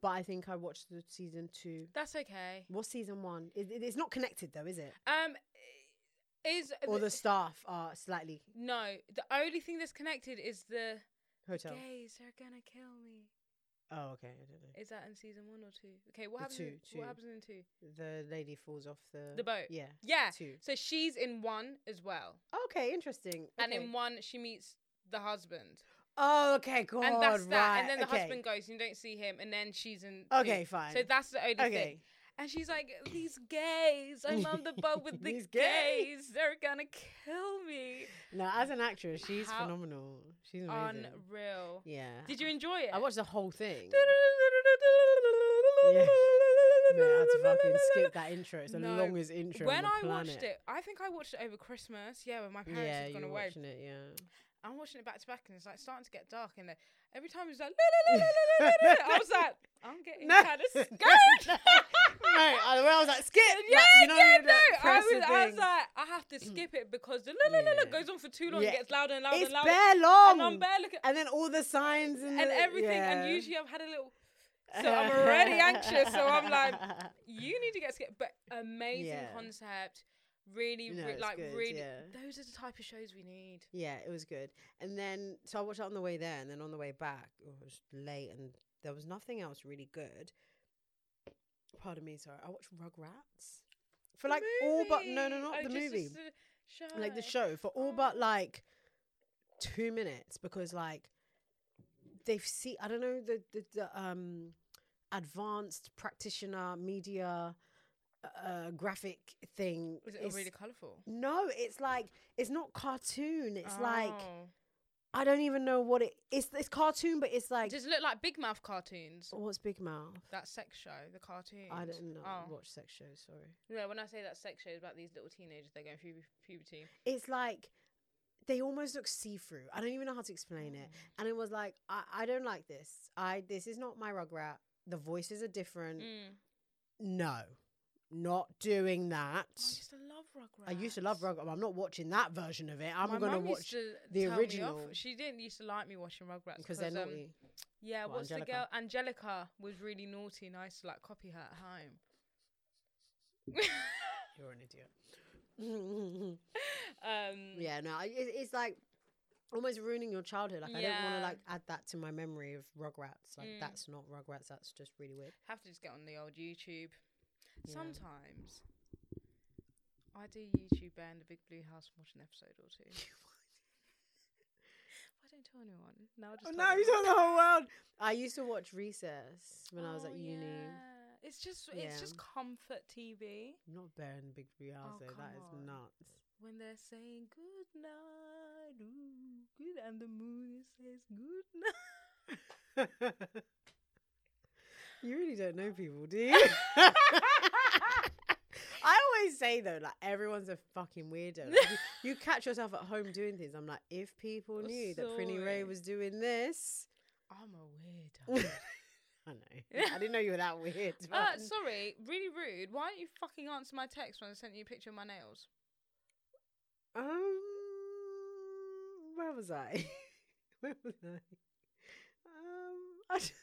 [SPEAKER 2] but I think I watched the season two.
[SPEAKER 1] That's okay.
[SPEAKER 2] What's season one? It, it- it's not connected though, is it?
[SPEAKER 1] Um, is
[SPEAKER 2] Or the staff are slightly
[SPEAKER 1] no? The only thing that's connected is the
[SPEAKER 2] hotel.
[SPEAKER 1] gays are gonna kill me.
[SPEAKER 2] Oh, okay. I don't know.
[SPEAKER 1] Is that in season one or two? Okay, what
[SPEAKER 2] The
[SPEAKER 1] happens? in,
[SPEAKER 2] two, two.
[SPEAKER 1] What happens in two?
[SPEAKER 2] The lady falls off the
[SPEAKER 1] The boat.
[SPEAKER 2] Yeah.
[SPEAKER 1] Yeah.
[SPEAKER 2] Two.
[SPEAKER 1] So she's in one as well,
[SPEAKER 2] Okay, interesting.
[SPEAKER 1] and
[SPEAKER 2] okay.
[SPEAKER 1] in one she meets the husband,
[SPEAKER 2] Oh, okay, God,
[SPEAKER 1] and that's that.
[SPEAKER 2] right,
[SPEAKER 1] and then the
[SPEAKER 2] okay.
[SPEAKER 1] husband goes, and you don't see him, and then she's in. two.
[SPEAKER 2] Okay, fine.
[SPEAKER 1] So that's the only thing.
[SPEAKER 2] okay.
[SPEAKER 1] And she's like, "These gays, I'm on the boat
[SPEAKER 2] *laughs*
[SPEAKER 1] with the
[SPEAKER 2] These
[SPEAKER 1] gays.
[SPEAKER 2] gays."
[SPEAKER 1] They're gonna kill me."
[SPEAKER 2] Now, as an actress, she's
[SPEAKER 1] How-
[SPEAKER 2] phenomenal. She's amazing.
[SPEAKER 1] Unreal.
[SPEAKER 2] yeah.
[SPEAKER 1] Did you enjoy it? *laughs*
[SPEAKER 2] I watched the whole thing.
[SPEAKER 1] Yeah.
[SPEAKER 2] Man, I had to fucking
[SPEAKER 1] *laughs*
[SPEAKER 2] skip that intro. It's the
[SPEAKER 1] No.
[SPEAKER 2] longest intro.
[SPEAKER 1] When
[SPEAKER 2] on
[SPEAKER 1] I
[SPEAKER 2] the planet.
[SPEAKER 1] watched it, I think I watched it over Christmas. Yeah, when my parents
[SPEAKER 2] yeah,
[SPEAKER 1] had
[SPEAKER 2] you
[SPEAKER 1] gone
[SPEAKER 2] were
[SPEAKER 1] away.
[SPEAKER 2] watching it, yeah.
[SPEAKER 1] I'm watching it back to back, and it's like starting to get dark. And uh, every time it was
[SPEAKER 2] *laughs*
[SPEAKER 1] like, "La, la, la, la, la, la, la," I was like, I'm getting kind of
[SPEAKER 2] no, *laughs*
[SPEAKER 1] scared.
[SPEAKER 2] I, well, I was like,
[SPEAKER 1] *laughs*
[SPEAKER 2] skip.
[SPEAKER 1] Yeah,
[SPEAKER 2] like, you know,
[SPEAKER 1] yeah,
[SPEAKER 2] you, like,
[SPEAKER 1] no. I
[SPEAKER 2] press
[SPEAKER 1] was,
[SPEAKER 2] the
[SPEAKER 1] I was
[SPEAKER 2] thing.
[SPEAKER 1] like, I have to skip it because the la la la la
[SPEAKER 2] Yeah.
[SPEAKER 1] goes on for too long.
[SPEAKER 2] Yeah.
[SPEAKER 1] It gets louder and louder
[SPEAKER 2] it's
[SPEAKER 1] and louder.
[SPEAKER 2] bare long.
[SPEAKER 1] And I'm bare looking,
[SPEAKER 2] And then all the signs and, *laughs*
[SPEAKER 1] and
[SPEAKER 2] the-
[SPEAKER 1] everything.
[SPEAKER 2] yeah.
[SPEAKER 1] And usually I've had a little. So
[SPEAKER 2] *laughs*
[SPEAKER 1] I'm already anxious. So I'm like, you need to get scared. But amazing
[SPEAKER 2] Yeah.
[SPEAKER 1] concept. Really,
[SPEAKER 2] No,
[SPEAKER 1] re-
[SPEAKER 2] it's
[SPEAKER 1] like
[SPEAKER 2] good,
[SPEAKER 1] really.
[SPEAKER 2] yeah.
[SPEAKER 1] Those are the type of shows we need.
[SPEAKER 2] *laughs* yeah, it was good. And then, so I watched it on the way there, and then on the way back, it was late, and there was nothing else really good. Pardon me, sorry. I watched Rugrats for like all but no, no, not
[SPEAKER 1] Oh,
[SPEAKER 2] the
[SPEAKER 1] just-
[SPEAKER 2] movie.
[SPEAKER 1] just the show.
[SPEAKER 2] like the show for all
[SPEAKER 1] Oh.
[SPEAKER 2] but like two minutes because like they've seen I don't know the the, the um advanced practitioner media uh, graphic thing.
[SPEAKER 1] Was it
[SPEAKER 2] is-
[SPEAKER 1] really colourful?
[SPEAKER 2] no, it's like it's not cartoon. It's like
[SPEAKER 1] Oh.
[SPEAKER 2] I don't even know what it is. It's cartoon, but it's like
[SPEAKER 1] Does it look like Big Mouth cartoons?
[SPEAKER 2] what's Big Mouth?
[SPEAKER 1] That sex show, the cartoon.
[SPEAKER 2] I don't know.
[SPEAKER 1] Oh.
[SPEAKER 2] Watch sex shows. Sorry.
[SPEAKER 1] No, when I say that sex show, it's about these little teenagers. They're going through pu- puberty.
[SPEAKER 2] it's like they almost look see through. I don't even know how to explain it. And it was like, I, I don't like this. I this is not my rugrat. The voices are different.
[SPEAKER 1] Mm.
[SPEAKER 2] No, not doing that.
[SPEAKER 1] I used to love Rugrats.
[SPEAKER 2] I used to love Rugrats. I'm not watching that version of it. I'm
[SPEAKER 1] My
[SPEAKER 2] gonna
[SPEAKER 1] mum used
[SPEAKER 2] watch
[SPEAKER 1] to
[SPEAKER 2] the
[SPEAKER 1] tell me off.
[SPEAKER 2] original.
[SPEAKER 1] She didn't used to like me watching Rugrats
[SPEAKER 2] because they're
[SPEAKER 1] um,
[SPEAKER 2] naughty.
[SPEAKER 1] Yeah,
[SPEAKER 2] What,
[SPEAKER 1] what's
[SPEAKER 2] Angelica?
[SPEAKER 1] the girl? Angelica was really naughty, and I used to like copy her at home.
[SPEAKER 2] You're an idiot. *laughs*
[SPEAKER 1] um,
[SPEAKER 2] yeah, no, I- it, it's like almost ruining your childhood. Like I don't want
[SPEAKER 1] Yeah.
[SPEAKER 2] to like add that to my memory of Rugrats. Like
[SPEAKER 1] Mm.
[SPEAKER 2] that's not Rugrats. That's just really weird.
[SPEAKER 1] have to just get on the old YouTube.
[SPEAKER 2] Yeah.
[SPEAKER 1] Sometimes I
[SPEAKER 2] *laughs*
[SPEAKER 1] do YouTube and the Big Blue House and watch an episode or two. Why don't tell anyone. Now just
[SPEAKER 2] Oh,
[SPEAKER 1] tell
[SPEAKER 2] now you
[SPEAKER 1] everyone.
[SPEAKER 2] don't know the whole world. I used to watch Recess when I was
[SPEAKER 1] Oh,
[SPEAKER 2] at uni.
[SPEAKER 1] yeah. It's just
[SPEAKER 2] Yeah.
[SPEAKER 1] it's just comfort TV.
[SPEAKER 2] Not bearing the big
[SPEAKER 1] Oh,
[SPEAKER 2] Rialto. that
[SPEAKER 1] come
[SPEAKER 2] is
[SPEAKER 1] on.
[SPEAKER 2] nuts.
[SPEAKER 1] When they're saying good night, ooh, good, and the moon says good night.
[SPEAKER 2] *laughs* you really don't know people, do you? I always say though, like everyone's a fucking
[SPEAKER 1] *laughs*
[SPEAKER 2] weirdo. Like, you, you catch yourself at home doing things. I'm like, if people
[SPEAKER 1] Oh,
[SPEAKER 2] knew that Prinny Ray
[SPEAKER 1] sorry.
[SPEAKER 2] was doing this,
[SPEAKER 1] I'm a
[SPEAKER 2] I *laughs* know.
[SPEAKER 1] weirdo.
[SPEAKER 2] I didn't know you were that weird.
[SPEAKER 1] uh,
[SPEAKER 2] man.
[SPEAKER 1] sorry, really rude. Why don't you fucking answer my text when I sent you a picture of my nails?
[SPEAKER 2] Um, where was I? *laughs* where was I? Um, *laughs* I just,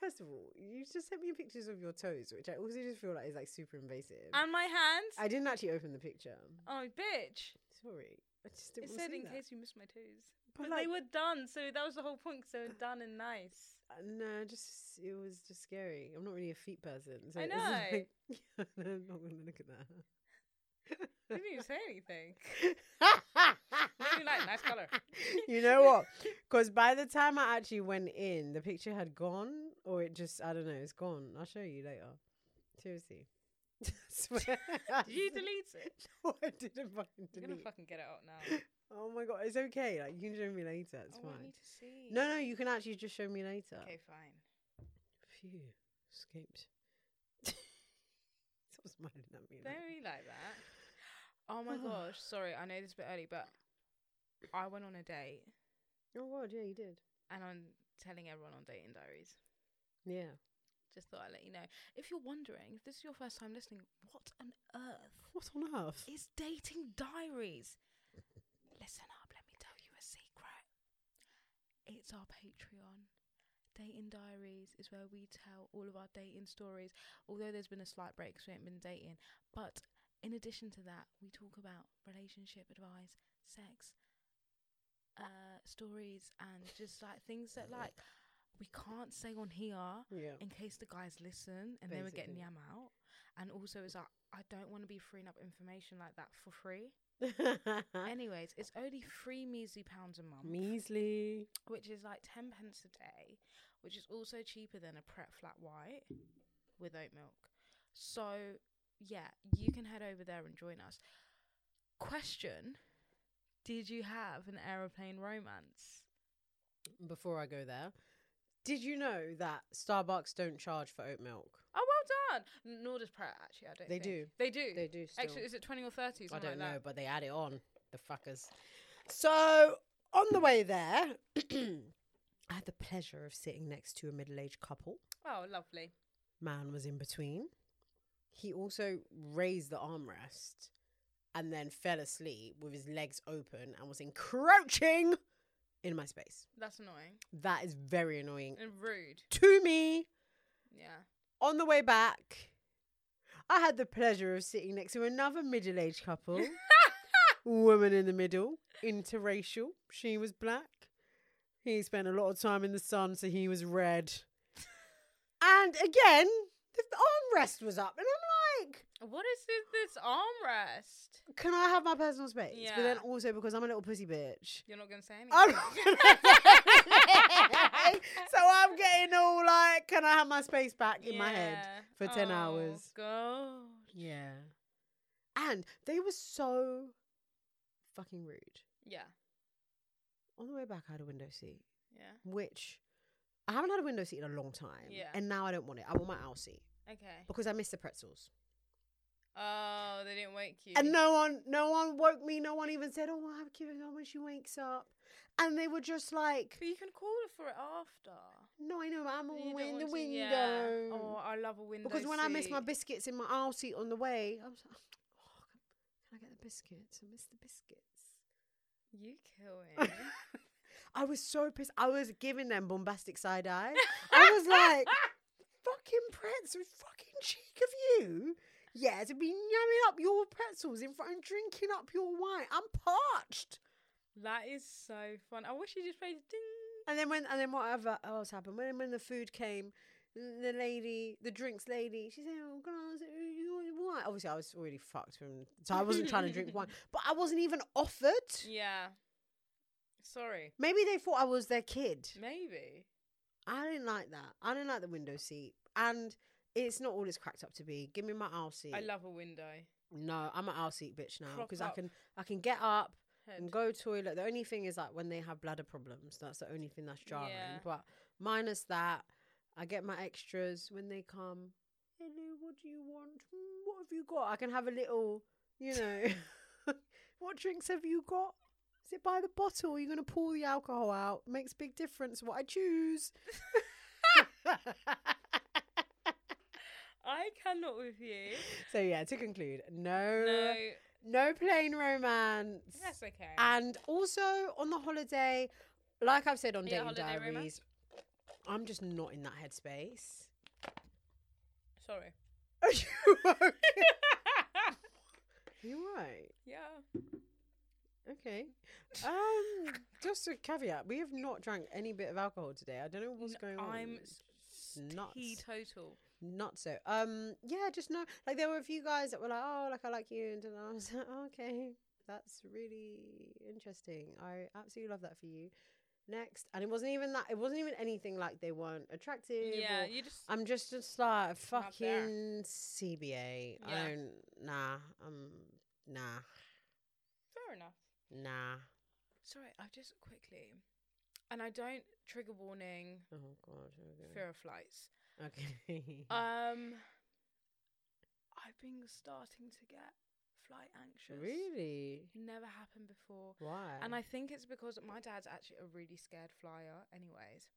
[SPEAKER 2] first of all, you just sent me pictures of your toes, which I also just feel like is like super invasive.
[SPEAKER 1] And my hands.
[SPEAKER 2] Um, I didn't actually open the picture.
[SPEAKER 1] oh, bitch.
[SPEAKER 2] Sorry, I just
[SPEAKER 1] It
[SPEAKER 2] didn't want to
[SPEAKER 1] said
[SPEAKER 2] see
[SPEAKER 1] in
[SPEAKER 2] that.
[SPEAKER 1] case you missed my toes.
[SPEAKER 2] But,
[SPEAKER 1] But,
[SPEAKER 2] like-
[SPEAKER 1] they were done, so that was the whole point. 'cause they were done and nice.
[SPEAKER 2] *laughs* Uh, no, just it was just scary. I'm not really a feet person, so
[SPEAKER 1] I
[SPEAKER 2] it was just like, *laughs* I'm not gonna look at that.
[SPEAKER 1] They didn't even say anything.
[SPEAKER 2] you
[SPEAKER 1] Maybe like nice colour.
[SPEAKER 2] *laughs* you know what? Because by the time I actually went in, the picture had gone, or it just, I don't know, it's gone. I'll show you later. Seriously. *laughs* I swear.
[SPEAKER 1] *laughs* Did you delete it?
[SPEAKER 2] *laughs* No, I didn't fucking
[SPEAKER 1] I'm gonna
[SPEAKER 2] delete.
[SPEAKER 1] fucking get it out now.
[SPEAKER 2] Oh my god, it's okay. Like, you can show me later. It's
[SPEAKER 1] oh, I
[SPEAKER 2] fine.
[SPEAKER 1] need to see.
[SPEAKER 2] No, no, you can actually just show me later.
[SPEAKER 1] Okay, fine.
[SPEAKER 2] Phew, *laughs* escaped. Stop smiling at me.
[SPEAKER 1] Don't
[SPEAKER 2] like-
[SPEAKER 1] really like that. *sighs* Oh *sighs* my gosh, sorry. I know this is a bit early, but I went on a date,
[SPEAKER 2] Oh, god, yeah, you did.
[SPEAKER 1] and I'm telling everyone on dating diaries.
[SPEAKER 2] Yeah.
[SPEAKER 1] Just thought I'd let you know. If you're wondering, if this is your first time listening, what on earth
[SPEAKER 2] What on earth?
[SPEAKER 1] is dating diaries? *laughs* Listen up, let me tell you a secret. It's our Patreon. Dating Diaries is where we tell all of our dating stories, although there's been a slight break 'cause we haven't been dating. But in addition to that, we talk about relationship advice, sex, uh, stories, and just like things that like we can't say on here *laughs*
[SPEAKER 2] Yeah. *laughs*
[SPEAKER 1] in case the guys listen and they were getting
[SPEAKER 2] Basically.
[SPEAKER 1] yam out. And also, it's like, I don't want to be freeing up information like that for free. Anyways, it's only three measly pounds a month,
[SPEAKER 2] Measly.
[SPEAKER 1] which is like 10 pence a day, which is also cheaper than a Pret Flat White with oat milk. So, yeah, you can head over there and join us. Question Did you have an aeroplane romance?
[SPEAKER 2] Before I go there, did you know that Starbucks don't charge for oat milk?
[SPEAKER 1] Oh, well done. Nor does Pret, actually. I don't
[SPEAKER 2] They
[SPEAKER 1] think.
[SPEAKER 2] do.
[SPEAKER 1] They do.
[SPEAKER 2] They do still.
[SPEAKER 1] Actually, is it 20 or 30? Something
[SPEAKER 2] I
[SPEAKER 1] like
[SPEAKER 2] don't
[SPEAKER 1] that.
[SPEAKER 2] know, but they add it on, the fuckers. So on the way there, *clears throat* I had the pleasure of sitting next to a middle-aged couple.
[SPEAKER 1] Oh, lovely.
[SPEAKER 2] Man was in between. He also raised the armrest and then fell asleep with his legs open and was encroaching in my space.
[SPEAKER 1] That's annoying
[SPEAKER 2] That is very annoying
[SPEAKER 1] and rude.
[SPEAKER 2] to me.
[SPEAKER 1] Yeah.
[SPEAKER 2] on the way back, I had the pleasure of sitting next to another middle
[SPEAKER 1] *laughs*
[SPEAKER 2] aged couple, woman in the middle, interracial. She was black. He spent a lot of time in the sun, so he was red. And again, the the armrest was up, and I'm like,
[SPEAKER 1] What is this, this armrest?
[SPEAKER 2] can I have my personal space? But then
[SPEAKER 1] Yeah.
[SPEAKER 2] also because I'm a little
[SPEAKER 1] *laughs*
[SPEAKER 2] pussy bitch.
[SPEAKER 1] You're not going to say anything.
[SPEAKER 2] I'm not gonna
[SPEAKER 1] *laughs*
[SPEAKER 2] say anything. *laughs* so I'm getting all like, can I have my space back in my head
[SPEAKER 1] Yeah.
[SPEAKER 2] for 10
[SPEAKER 1] Oh,
[SPEAKER 2] hours?
[SPEAKER 1] God.
[SPEAKER 2] Yeah. And they were so fucking rude.
[SPEAKER 1] Yeah.
[SPEAKER 2] On the way back, I had a window seat,
[SPEAKER 1] Yeah.
[SPEAKER 2] which I haven't had a window seat in a long time.
[SPEAKER 1] Yeah.
[SPEAKER 2] And now I don't want it. I want my owl seat
[SPEAKER 1] Okay.
[SPEAKER 2] because I miss the pretzels.
[SPEAKER 1] Oh, they didn't wake you.
[SPEAKER 2] And no one, no one woke me. No one even said, "Oh, I'm giving her when she wakes up." And they were just like,
[SPEAKER 1] But you can call her for it after.
[SPEAKER 2] "No, I know, but I'm
[SPEAKER 1] You
[SPEAKER 2] all
[SPEAKER 1] don't
[SPEAKER 2] in the
[SPEAKER 1] want to-
[SPEAKER 2] window."
[SPEAKER 1] yeah. Oh, I love a window.
[SPEAKER 2] Because when I miss my
[SPEAKER 1] seat.
[SPEAKER 2] biscuits in my aisle seat on the way, I was like, oh, can I get the biscuits? I miss the biscuits.
[SPEAKER 1] You
[SPEAKER 2] *laughs*
[SPEAKER 1] kill me.
[SPEAKER 2] I was so pissed. I was giving them bombastic side eye. I was like, fucking pretzels, fucking cheek of you. Yeah, to be yamming up your pretzels in front and drinking up your wine. I'm parched.
[SPEAKER 1] that is so fun. I wish you just played ding.
[SPEAKER 2] And then when and then whatever else happened, when when the food came, the lady, the drinks lady, she said, "Oh, can I ask you- you want wine?" Obviously, I was already fucked from, so I wasn't trying to drink wine. But I wasn't even offered.
[SPEAKER 1] Yeah. Sorry.
[SPEAKER 2] Maybe they thought I was their kid.
[SPEAKER 1] Maybe.
[SPEAKER 2] I didn't like that. I didn't like the window seat. And it's not all it's cracked up to be. Give me my aisle seat.
[SPEAKER 1] I love a window.
[SPEAKER 2] no, I'm an aisle seat bitch now
[SPEAKER 1] Prop
[SPEAKER 2] because I
[SPEAKER 1] up.
[SPEAKER 2] can I can get up and
[SPEAKER 1] Head.
[SPEAKER 2] go toilet. The only thing is like when they have bladder problems, that's the only thing that's jarring.
[SPEAKER 1] Yeah.
[SPEAKER 2] But minus that, I get my extras when they come. Hello, what do you want? "Mm, What have you got? I can have a little, you know. *laughs* what drinks have you got? Is it by the bottle? You're gonna pour the alcohol out. Makes big difference what I choose. *laughs*
[SPEAKER 1] I cannot with
[SPEAKER 2] *laughs*
[SPEAKER 1] you.
[SPEAKER 2] so yeah, to conclude, no,
[SPEAKER 1] No,
[SPEAKER 2] no, plain romance.
[SPEAKER 1] that's okay.
[SPEAKER 2] And also on the holiday, like I've said on
[SPEAKER 1] Yeah,
[SPEAKER 2] Dating
[SPEAKER 1] holiday
[SPEAKER 2] Diaries,
[SPEAKER 1] romance.
[SPEAKER 2] I'm just not in that headspace. *laughs*
[SPEAKER 1] *laughs* Sorry.
[SPEAKER 2] Are you okay? You're right.
[SPEAKER 1] yeah. *laughs*
[SPEAKER 2] Okay. Um, just a caveat: we have not drank any bit of alcohol today. I don't know what's
[SPEAKER 1] N-
[SPEAKER 2] going on.
[SPEAKER 1] I'm
[SPEAKER 2] It's
[SPEAKER 1] s-
[SPEAKER 2] nuts.
[SPEAKER 1] teetotal.
[SPEAKER 2] Not so. Um, yeah, just no. Like there were a few guys that were like, "Oh, like I like you," and then I was like, *laughs* oh, "Okay, that's really interesting. I absolutely love that for you." Next, and it wasn't even that. It wasn't even anything like they weren't attractive.
[SPEAKER 1] Yeah,
[SPEAKER 2] or-
[SPEAKER 1] you just.
[SPEAKER 2] I'm just just like
[SPEAKER 1] Not there.
[SPEAKER 2] fucking CBA. I
[SPEAKER 1] Yeah.
[SPEAKER 2] don't. Nah. Um. Nah.
[SPEAKER 1] fair enough.
[SPEAKER 2] Nah.
[SPEAKER 1] Sorry, I've just quickly. And I don't trigger warning
[SPEAKER 2] Oh god.
[SPEAKER 1] fear of flights.
[SPEAKER 2] Okay. Okay.
[SPEAKER 1] Um, I've been starting to get flight anxious.
[SPEAKER 2] *laughs* really?
[SPEAKER 1] Never happened before.
[SPEAKER 2] Why?
[SPEAKER 1] And I think it's because my dad's actually a really scared flyer, anyways.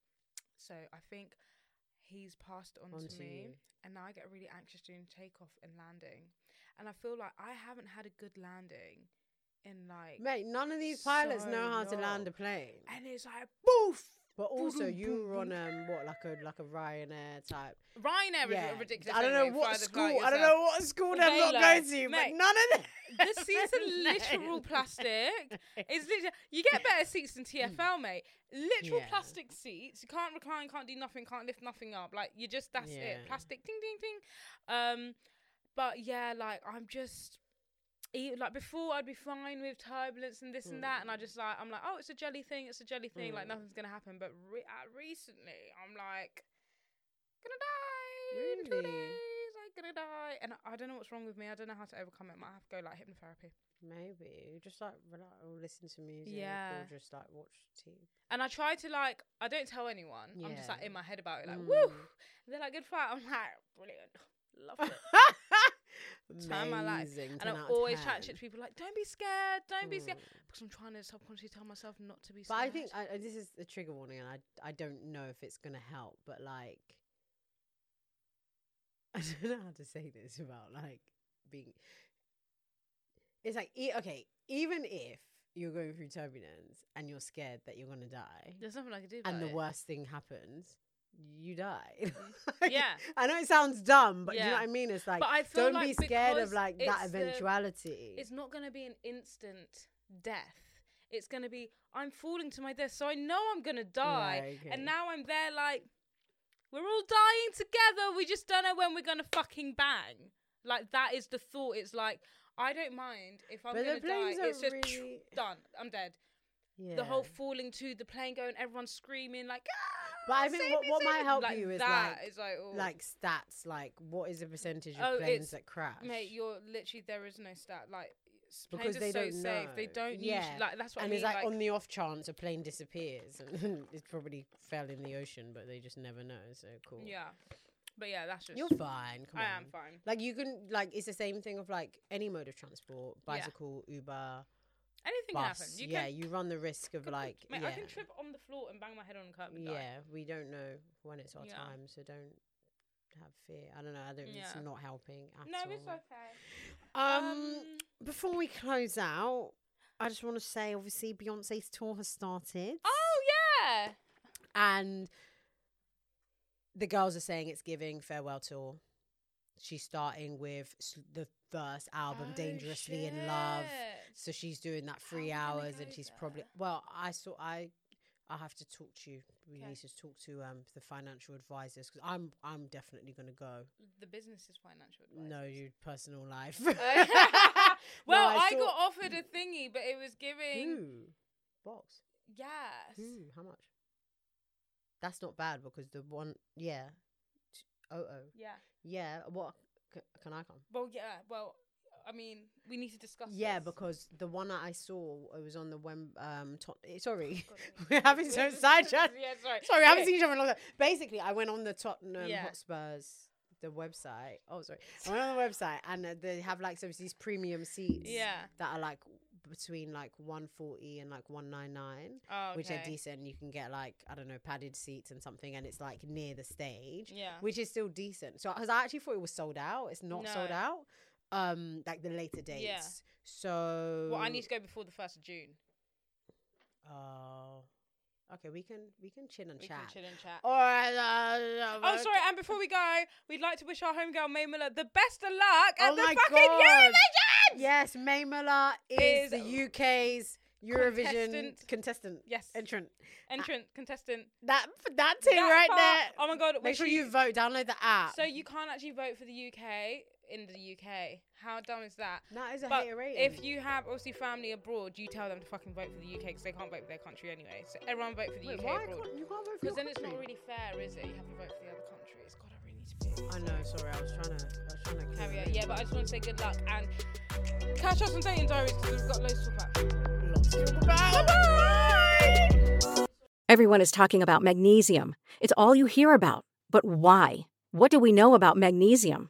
[SPEAKER 1] So I think he's passed it on
[SPEAKER 2] On
[SPEAKER 1] to
[SPEAKER 2] to
[SPEAKER 1] me.
[SPEAKER 2] you.
[SPEAKER 1] And now I get really anxious during takeoff and landing. And I feel like I haven't had a good landing in like.
[SPEAKER 2] Mate, none of these pilots
[SPEAKER 1] so
[SPEAKER 2] know how to land a
[SPEAKER 1] long.
[SPEAKER 2] plane.
[SPEAKER 1] and it's like, boof!
[SPEAKER 2] But also,
[SPEAKER 1] boom,
[SPEAKER 2] you
[SPEAKER 1] boom,
[SPEAKER 2] were on
[SPEAKER 1] boom.
[SPEAKER 2] um what like a like a Ryanair type.
[SPEAKER 1] Ryanair is
[SPEAKER 2] Yeah.
[SPEAKER 1] ridiculous.
[SPEAKER 2] I don't know
[SPEAKER 1] anyway, fly
[SPEAKER 2] what
[SPEAKER 1] the flight
[SPEAKER 2] school. I don't
[SPEAKER 1] yourself.
[SPEAKER 2] know what school they're not
[SPEAKER 1] Velo.
[SPEAKER 2] going
[SPEAKER 1] Mate,
[SPEAKER 2] to. But none of them.
[SPEAKER 1] The seats
[SPEAKER 2] *laughs*
[SPEAKER 1] are literal plastic. It's literally you get better seats than TFL, mate. Literal
[SPEAKER 2] Hmm. Yeah.
[SPEAKER 1] plastic seats. You can't recline, can't do nothing, can't lift nothing up. Like you just that's it.
[SPEAKER 2] Yeah.
[SPEAKER 1] Plastic, ding ding ding. Um, but yeah, like I'm just. e- Like before, I'd be fine with turbulence and this and that, and
[SPEAKER 2] Hmm.
[SPEAKER 1] I just like I'm like, oh, it's a jelly thing, it's a jelly thing, like nothing's gonna happen. But re- uh, recently, I'm like, gonna die in two
[SPEAKER 2] Really?
[SPEAKER 1] days, I'm gonna die, and I, I don't know what's wrong with me. I don't know how to overcome it. Might have to go like hypnotherapy.
[SPEAKER 2] Maybe just like relax or listen to music,
[SPEAKER 1] Yeah.
[SPEAKER 2] or just like watch TV.
[SPEAKER 1] And I try to like, I don't tell anyone. I'm just like
[SPEAKER 2] Yeah.
[SPEAKER 1] in my head about it, like,
[SPEAKER 2] Mm.
[SPEAKER 1] woo. And They're like, good fight. I'm like, brilliant,
[SPEAKER 2] *laughs*
[SPEAKER 1] love it. *laughs* Time my life.
[SPEAKER 2] Amazing,
[SPEAKER 1] and
[SPEAKER 2] 10
[SPEAKER 1] I
[SPEAKER 2] out of
[SPEAKER 1] always chat
[SPEAKER 2] 10.
[SPEAKER 1] shit to people like, don't be scared, don't be scared,
[SPEAKER 2] Mm.
[SPEAKER 1] because I'm trying to subconsciously tell myself not to be
[SPEAKER 2] But
[SPEAKER 1] scared.
[SPEAKER 2] I think I, I- this is a trigger warning, and I I don't know if it's gonna help, but like *laughs* I don't know how to say this about like being. It's like e- okay, even if you're going through turbulence and you're scared that you're gonna die,
[SPEAKER 1] there's nothing I can do. About
[SPEAKER 2] and the
[SPEAKER 1] it.
[SPEAKER 2] worst thing happens, you *laughs* die.
[SPEAKER 1] Yeah.
[SPEAKER 2] I know it sounds dumb, but you know
[SPEAKER 1] Yeah.
[SPEAKER 2] what I mean. It's like
[SPEAKER 1] But I feel
[SPEAKER 2] don't
[SPEAKER 1] like
[SPEAKER 2] be scared of
[SPEAKER 1] because
[SPEAKER 2] like that
[SPEAKER 1] it's the-
[SPEAKER 2] eventuality.
[SPEAKER 1] It's not going to be an instant death. It's going to be, I'm falling to my death, so I know I'm going to die.
[SPEAKER 2] Yeah, okay.
[SPEAKER 1] And now I'm there like, we're all dying together. We just don't know when we're going to fucking bang. Like, that is the thought. It's like, I don't mind if I'm
[SPEAKER 2] But the
[SPEAKER 1] going to die.
[SPEAKER 2] planes are
[SPEAKER 1] It's just
[SPEAKER 2] really-
[SPEAKER 1] done. I'm dead.
[SPEAKER 2] yeah.
[SPEAKER 1] The whole falling to the plane going, everyone screaming, like, ah,
[SPEAKER 2] But I think
[SPEAKER 1] save
[SPEAKER 2] what-
[SPEAKER 1] me,
[SPEAKER 2] what
[SPEAKER 1] save
[SPEAKER 2] might
[SPEAKER 1] me."
[SPEAKER 2] help
[SPEAKER 1] like
[SPEAKER 2] you is,
[SPEAKER 1] that.
[SPEAKER 2] like-
[SPEAKER 1] It's like, oh,
[SPEAKER 2] like stats, like what is the percentage of
[SPEAKER 1] Oh,
[SPEAKER 2] planes
[SPEAKER 1] it's-
[SPEAKER 2] that crash?
[SPEAKER 1] Mate, you're literally there is no stat like s- planes
[SPEAKER 2] Because
[SPEAKER 1] are
[SPEAKER 2] they
[SPEAKER 1] so
[SPEAKER 2] don't
[SPEAKER 1] safe. They
[SPEAKER 2] know.
[SPEAKER 1] don't
[SPEAKER 2] Yeah.
[SPEAKER 1] usually like that's what I
[SPEAKER 2] and
[SPEAKER 1] mean.
[SPEAKER 2] it's like,
[SPEAKER 1] Like,
[SPEAKER 2] on the off chance a plane disappears, and *laughs* it's probably fell in the ocean, but they just never know. So cool.
[SPEAKER 1] yeah, but yeah, that's just
[SPEAKER 2] you're fine. Come
[SPEAKER 1] I
[SPEAKER 2] on.
[SPEAKER 1] am fine.
[SPEAKER 2] Like you can like it's the same thing of like any mode of transport, bicycle, Uber,
[SPEAKER 1] Anything can happen.
[SPEAKER 2] bus.
[SPEAKER 1] You
[SPEAKER 2] yeah,
[SPEAKER 1] can.
[SPEAKER 2] you run the risk of
[SPEAKER 1] can-
[SPEAKER 2] like
[SPEAKER 1] mate,
[SPEAKER 2] yeah,
[SPEAKER 1] I can trip on the floor and bang my head on a curb and die.
[SPEAKER 2] yeah. We don't know when it's our
[SPEAKER 1] Yeah.
[SPEAKER 2] time, so don't have fear. I don't know. I don't.
[SPEAKER 1] Yeah.
[SPEAKER 2] It's not helping at
[SPEAKER 1] No,
[SPEAKER 2] all.
[SPEAKER 1] it's okay.
[SPEAKER 2] um before we close out, I just want to say obviously Beyonce's tour has started.
[SPEAKER 1] oh yeah,
[SPEAKER 2] And the girls are saying it's giving farewell tour. She's starting with s- the first album,
[SPEAKER 1] Oh,
[SPEAKER 2] Dangerously in Love.
[SPEAKER 1] shit.
[SPEAKER 2] So she's doing that three
[SPEAKER 1] How am I gonna
[SPEAKER 2] hours, and
[SPEAKER 1] go
[SPEAKER 2] she's
[SPEAKER 1] there?
[SPEAKER 2] probably well. I saw I. I have to talk to you. We
[SPEAKER 1] Okay.
[SPEAKER 2] need to talk to um the financial advisors because I'm I'm definitely going to go.
[SPEAKER 1] The business is financial advice.
[SPEAKER 2] No, your personal
[SPEAKER 1] *laughs*
[SPEAKER 2] life.
[SPEAKER 1] well,
[SPEAKER 2] *laughs* No,
[SPEAKER 1] I,
[SPEAKER 2] saw- Hmm.
[SPEAKER 1] got offered a thingy, but it was giving.
[SPEAKER 2] Ooh, box.
[SPEAKER 1] Yes.
[SPEAKER 2] Hmm, how much? That's not bad because the one, yeah. T- Oh, oh.
[SPEAKER 1] Yeah.
[SPEAKER 2] Yeah. What? C- can I come?
[SPEAKER 1] Well, yeah. Well, I mean, we need to discuss.
[SPEAKER 2] Yeah,
[SPEAKER 1] this.
[SPEAKER 2] because the one that I saw, it was on the Wem. Um, Tot- eh,
[SPEAKER 1] Oh, *laughs*
[SPEAKER 2] sorry, *laughs*
[SPEAKER 1] God, I
[SPEAKER 2] we're
[SPEAKER 1] mean-
[SPEAKER 2] having so
[SPEAKER 1] *laughs*
[SPEAKER 2] sidetracked.
[SPEAKER 1] yeah, sorry.
[SPEAKER 2] Sorry, I
[SPEAKER 1] *laughs*
[SPEAKER 2] haven't
[SPEAKER 1] Okay.
[SPEAKER 2] seen each other in a long time. Basically, I went on the Tottenham
[SPEAKER 1] Yeah.
[SPEAKER 2] Hotspurs the website. Oh, sorry, I went on the website and uh, they have like so it's these premium seats.
[SPEAKER 1] Yeah.
[SPEAKER 2] that are like between like one forty and like one nine nine,
[SPEAKER 1] Oh,
[SPEAKER 2] which are
[SPEAKER 1] okay.
[SPEAKER 2] decent. You can get like I don't know padded seats and something, and it's like near the stage,
[SPEAKER 1] Yeah.
[SPEAKER 2] which is still decent. So because I actually thought it was sold out. It's not sold
[SPEAKER 1] No.
[SPEAKER 2] out. Um, like the later dates.
[SPEAKER 1] Yeah.
[SPEAKER 2] So
[SPEAKER 1] Well, I need to go before the first of June.
[SPEAKER 2] Oh. Okay, we can we can chin and
[SPEAKER 1] We
[SPEAKER 2] chat.
[SPEAKER 1] can chill and chat.
[SPEAKER 2] All right. uh, uh,
[SPEAKER 1] Oh,
[SPEAKER 2] uh,
[SPEAKER 1] sorry. And before we go, we'd like to wish our homegirl May Miller the best of luck at
[SPEAKER 2] Oh
[SPEAKER 1] the
[SPEAKER 2] my
[SPEAKER 1] fucking
[SPEAKER 2] God.
[SPEAKER 1] Eurovision.
[SPEAKER 2] Yes, May Muller is,
[SPEAKER 1] Is
[SPEAKER 2] the UK's Eurovision contestant,
[SPEAKER 1] contestant. Yes.
[SPEAKER 2] entrant.
[SPEAKER 1] Entrant contestant.
[SPEAKER 2] That that team
[SPEAKER 1] That
[SPEAKER 2] uh, right
[SPEAKER 1] part-
[SPEAKER 2] there.
[SPEAKER 1] Oh my god.
[SPEAKER 2] Make
[SPEAKER 1] when
[SPEAKER 2] sure
[SPEAKER 1] she-
[SPEAKER 2] you vote. Download the app.
[SPEAKER 1] So you can't actually vote for the UK in the UK. How dumb is that?
[SPEAKER 2] that is a
[SPEAKER 1] But
[SPEAKER 2] hater rating.
[SPEAKER 1] if you have obviously family abroad, you tell them to fucking vote for the UK because they can't vote for their country anyway. So everyone vote for the
[SPEAKER 2] Wait,
[SPEAKER 1] UK
[SPEAKER 2] why
[SPEAKER 1] abroad.
[SPEAKER 2] can't- you can't vote for
[SPEAKER 1] Because
[SPEAKER 2] your
[SPEAKER 1] then it's
[SPEAKER 2] country?
[SPEAKER 1] not really fair, is it? You have to vote for the other countries. God, I really need to be.
[SPEAKER 2] I know. Sorry, I was trying to. I was trying to.
[SPEAKER 1] Carry on. Yeah, but I just want to say good luck and catch us on dating diaries because we've got loads to talk about.
[SPEAKER 2] Bye bye.
[SPEAKER 3] Everyone is talking about magnesium. It's all you hear about. But why? What do we know about magnesium?